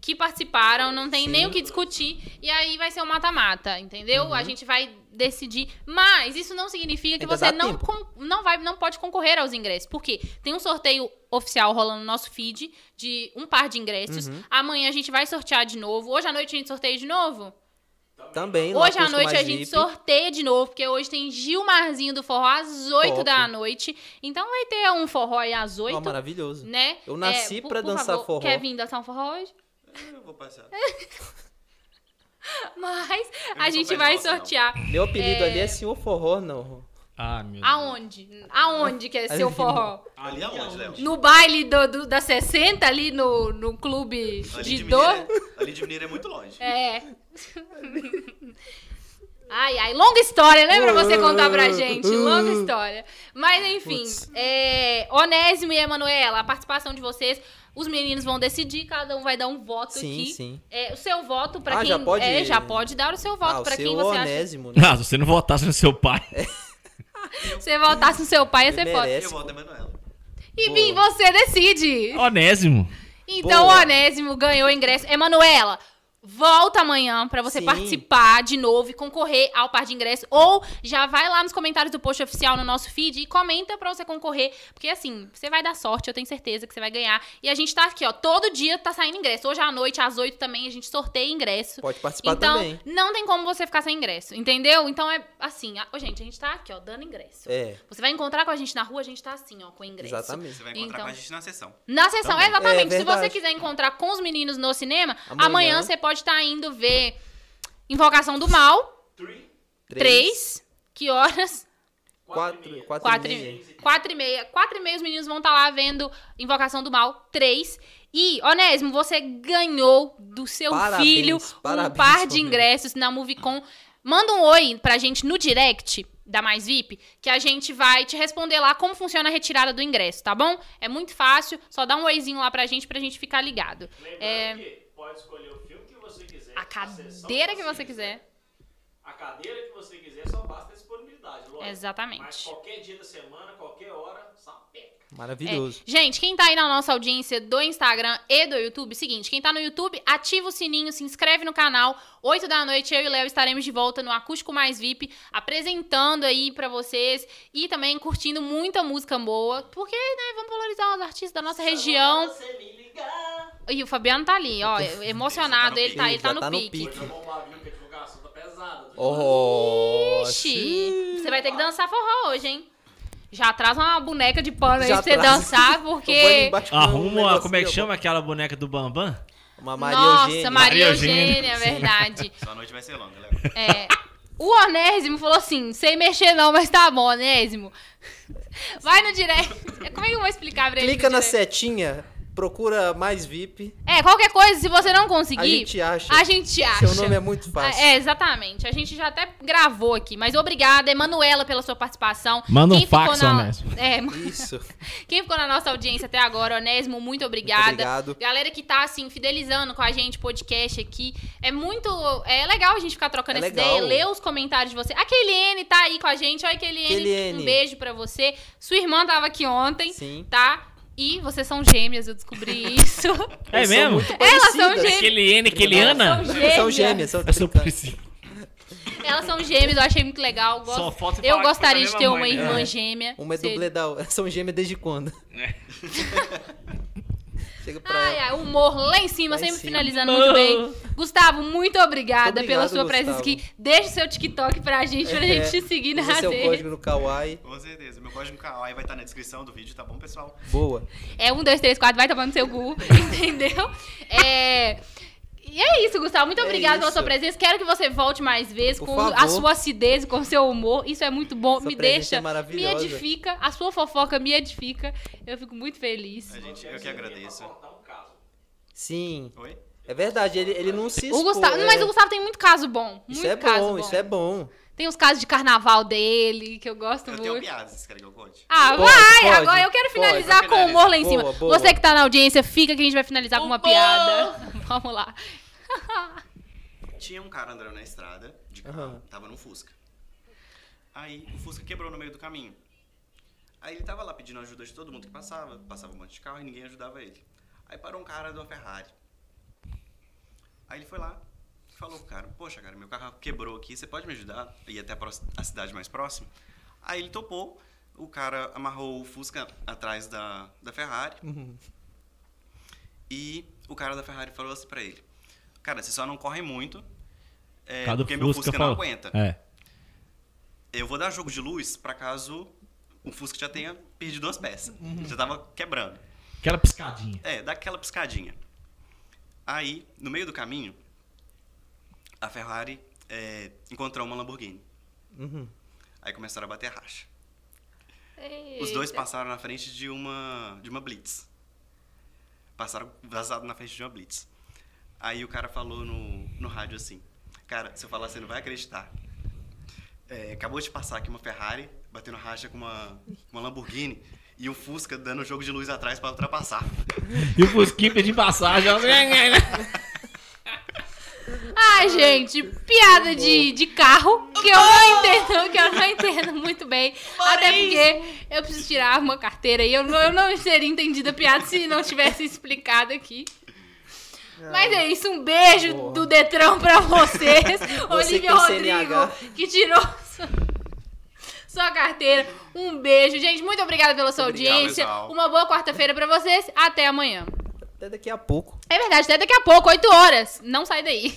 A: que participaram, não tem nem
B: Sim. Uhum.
A: o que discutir. E aí vai ser um mata-mata, entendeu? A gente vai decidir. Mas isso não significa que
B: Ainda
A: você
B: dá
A: não,
B: tempo.
A: con- não, vai, não pode concorrer aos ingressos. Porque tem um sorteio oficial rolando no nosso feed de um par de ingressos.
B: Uhum.
A: Amanhã a gente vai sortear de novo. Hoje à noite a gente sorteia de novo?
B: Também, lá
A: Hoje à
B: Acústico
A: noite a
B: Mais
A: gente
B: VIP.
A: sorteia de novo, porque hoje tem Gilmarzinho do Forró às 8
B: Top.
A: da noite. Então vai ter um forró aí às 8,
B: Ó, maravilhoso.
A: né?
B: Eu nasci pra dançar forró.
A: Quer vir dançar um forró hoje?
C: É, Eu vou passar.
A: Mas
C: não
A: a
C: sou
A: gente vai
C: mais nossa, não.
A: sortear.
B: Meu apelido ali é senhor forró, não.
E: Ah, meu
A: Aonde? Aonde que é seu
B: Ali.
A: forró?
C: Ali aonde, Léo?
A: No baile do, do- da 60, ali no, no clube
C: Ali
A: de
C: de,
A: dor?
C: Mineira, ali de Mineira é muito longe.
A: É. Ai, ai, longa história, né? Pra você contar pra gente. Longa história. Mas, enfim,
B: Putz.
A: é, Onésimo e Emanuela, a participação de vocês. Os meninos vão decidir, cada um vai dar um voto
B: Sim,
A: aqui.
B: sim.
A: É, o seu voto pra
B: Ah,
A: quem.
B: já pode-
A: É, já pode dar o seu voto
B: Ah, o
A: pra
B: seu
A: quem você acha.
B: onésimo, né?
E: Ah, se você não votasse no seu pai.
A: Se você votasse no seu pai, ia
B: Ele
A: ser é foda.
B: merece.
C: Eu volto a Emanuela.
A: E
B: Boa.
A: Bim, você decide.
E: Onésimo.
A: Então,
B: Boa.
A: o Onésimo ganhou o ingresso. Emanuela, volta amanhã pra você
B: Sim.
A: participar de novo e concorrer ao par de ingresso. Ou já vai lá nos comentários do post oficial no nosso feed e comenta pra você concorrer. Porque assim, você vai dar sorte, eu tenho certeza que você vai ganhar. E a gente tá aqui, ó, todo dia tá saindo ingresso. Hoje à noite, às 8 também, a gente sorteia ingresso.
B: Pode participar
A: Então,
B: também.
A: não tem como você ficar sem ingresso, entendeu? Então é assim, a- Ô, gente, a gente tá aqui, ó, dando ingresso.
B: É,
A: Você vai encontrar com a gente na rua, a gente tá assim, ó, com ingresso.
B: exatamente.
C: Você vai encontrar
A: Então.
C: com a gente na sessão.
A: Na sessão,
E: Também.
A: exatamente.
B: É,
A: Se você
B: verdade.
A: quiser encontrar com os meninos no cinema, amanhã,
B: Amanhã.
A: você pode estar indo ver Invocação do Mal
D: Three,
A: 3. Que horas?
D: quatro e
B: Quatro,
D: meia.
B: quatro,
A: quatro
B: e
A: e
B: meia.
A: 4 e meia. 4 e meia, os meninos vão estar lá vendo Invocação do Mal 3. E, Onésimo, você ganhou do seu
B: Parabéns,
A: filho um
B: parabéns,
A: par de
B: Onésimo.
A: ingressos na MovieCon. Manda um oi pra gente no direct da Mais VIP, que a gente vai te responder lá como funciona a retirada do ingresso, tá bom? É muito fácil, só dá um oizinho lá pra gente, pra gente ficar ligado.
D: Lembrando
A: É.
D: que pode escolher o filme que você quiser.
A: A
D: sessão tá
A: cadeira que você quiser.
D: A cadeira que você quiser só basta a disponibilidade, lógico. Mas
A: Exatamente.
D: qualquer dia da semana, qualquer hora, sapeca.
B: Maravilhoso.
A: É. Gente, quem tá aí na nossa audiência do Instagram e do YouTube, seguinte, quem tá no YouTube, ativa o sininho, se inscreve no canal. 8 da noite, eu e o Léo estaremos de volta no Acústico Mais VIP, apresentando aí pra vocês e também curtindo muita música boa, porque, né, vamos valorizar os artistas da nossa região.
D: Você me ligar.
A: Ih, o Fabiano tá ali, ó, emocionado, ele tá, ele
B: Já
A: tá no
B: tá no
A: pique.
B: pique.
D: Hoje eu vou lá, viu, que a divulgação tá pesada. viu?
B: Oh,
A: É. Ixi, você vai ter que dançar forró hoje, hein? Já traz uma boneca de pano aí pra
B: Já
A: você
B: traz.
A: dançar,
B: Eu vou ali
A: porque.
B: embaixo com um
E: Arruma,
B: negocinho,
E: como é que
B: ó,
E: chama aquela boneca do Bambam?
B: Uma Maria
A: Nossa,
B: Eugênia.
A: Maria
E: Maria
A: Eugênia,
E: Eugênia,
A: é verdade.
C: Sua noite vai ser longa, Léo.
A: É. O Onésimo falou assim, sem mexer não, mas tá bom, Onésimo. Vai no direct. Como é que eu vou explicar pra ele?
B: Clica
A: no
B: na
A: direct?
B: setinha, procura mais VIP,
A: É, qualquer coisa, se você não
B: a
A: conseguir,
B: gente acha.
A: a gente acha.
B: Seu nome é muito fácil.
A: É, exatamente. A gente já até gravou aqui, mas obrigada, Emanuela, pela sua participação.
E: Manda um
A: Quem ficou
E: fax,
A: na-
E: Onésimo.
A: É,
B: Isso.
A: Quem ficou na nossa audiência até agora, Onésimo, muito obrigada.
B: Muito obrigado.
A: Galera que tá, assim, fidelizando com a gente, podcast aqui. É muito. É legal a gente ficar trocando
B: É
A: essa
B: legal.
A: ideia, ler os comentários de você. A Keilene tá aí com a gente. Olha, Keilene,
B: Keilene.
A: um beijo pra você. Sua irmã tava aqui ontem,
B: Sim.
A: tá? E vocês são gêmeas, eu descobri isso.
E: É
B: Elas são
E: mesmo?
B: muito
A: Elas são
B: parecidas.
A: gêmeas.
E: Aquele N, aquele Ana?
A: Elas
B: São gêmeas, são
E: Eu sou
B: brincando.
E: preciso.
A: Elas são gêmeas, eu achei muito legal. Gosto-
E: Só falta você
A: eu
E: falar que
A: gostaria
E: foi
A: de ter
E: da minha
A: uma
E: mãe, né?
A: irmã gêmea.
B: Uma é
A: Seria-
B: dublê da outra. São gêmeas desde quando? Chega pra
A: Ai,
B: ela.
A: ai, humor lá em cima,
B: Lá em
A: sempre
B: cima.
A: finalizando muito bem. Gustavo, muito obrigada
B: Obrigado,
A: pela sua presença
B: Gustavo.
A: aqui. Deixe seu TikTok pra gente, pra
B: É,
A: gente te seguir
B: Usa
A: na
B: seu
A: rede.
B: código no Kawaii.
C: Com certeza. Meu código Kawaii vai estar na descrição do vídeo, tá bom, pessoal?
B: Boa.
A: É um, dois, três, quatro, vai tomando seu Gu, entendeu? É. E é isso, Gustavo. Muito
B: É
A: obrigada pela
B: isso.
A: sua presença. Quero que você volte mais vezes
B: Por
A: com
B: favor.
A: a sua acidez e com o seu humor. Isso é muito bom.
B: Sua
A: me
B: presença
A: deixa.
B: é
A: me
B: maravilhosa.
A: edifica. A sua fofoca me edifica. Eu fico muito feliz.
C: A gente, eu que agradeço.
D: Dá um caso.
B: Sim.
C: Oi?
B: É verdade, ele, ele não
A: O
B: se expôs,
A: Gustavo,
B: é.
A: mas o Gustavo tem muito caso bom.
B: Isso
A: muito
B: é
A: caso
B: bom, isso é bom.
A: Tem os casos de carnaval dele, que eu gosto
C: Eu
A: muito.
C: tenho piadas, vocês querem que eu conte?
A: Ah,
B: Pode,
A: vai!
B: pode,
A: agora eu quero
B: pode.
A: finalizar
C: Vamos
A: com o
C: finalizar.
A: humor lá em cima.
B: Boa, boa.
A: Você que tá na audiência, fica que a gente vai finalizar com uma piada. Vamos lá.
C: Tinha um cara andando na estrada de carro,
B: Aham.
C: tava num Fusca. Aí o Fusca quebrou no meio do caminho. Aí ele tava lá pedindo ajuda de todo mundo que passava, passava um monte de carro e ninguém ajudava ele. Aí parou um cara de uma Ferrari. Aí ele foi lá e falou pro cara: Poxa, cara, meu carro quebrou aqui, você pode me ajudar? Ir até a, próxima- a cidade mais próxima? Aí ele topou, o cara amarrou o Fusca atrás da, da Ferrari. E o cara da Ferrari falou assim pra ele: Cara, você só não corre muito, é,
E: Cada
C: porque meu Fusca não
E: falou.
C: aguenta.
E: É.
C: Eu vou dar jogo de luz pra caso o Fusca já tenha perdido as peças. Já tava quebrando.
E: Aquela piscadinha.
C: É, dá aquela piscadinha. Aí, no meio do caminho, a Ferrari é, encontrou uma Lamborghini. Aí começaram a bater racha. Os dois passaram na frente de uma, de uma Blitz. Passaram vazado na frente de uma Blitz. Aí o cara falou no, no rádio assim: Cara, se eu falar, você não vai acreditar. É, acabou de passar aqui uma Ferrari batendo racha com uma, uma Lamborghini e o Fusca dando jogo de luz atrás pra ultrapassar.
E: E o Fusquinha pedindo passagem. ó.
A: Ai, gente, piada de, de carro que eu não entendo, que eu não entendo muito bem. Até porque eu preciso tirar uma carteira e eu, não- eu não seria entendida a piada se não tivesse explicado aqui. Mas é isso, um beijo
B: Boa.
A: do Detrão pra vocês.
B: Você que
A: Olivia
B: é tem
A: Rodrigo,
B: CNH.
A: que tirou sua, sua carteira. Um beijo, gente. Muito obrigada pela sua
C: Obrigado,
A: audiência.
C: pessoal.
A: Uma boa quarta-feira pra vocês. Até amanhã.
B: Até daqui a pouco.
A: É verdade, até daqui a pouco, 8 horas. Não sai daí.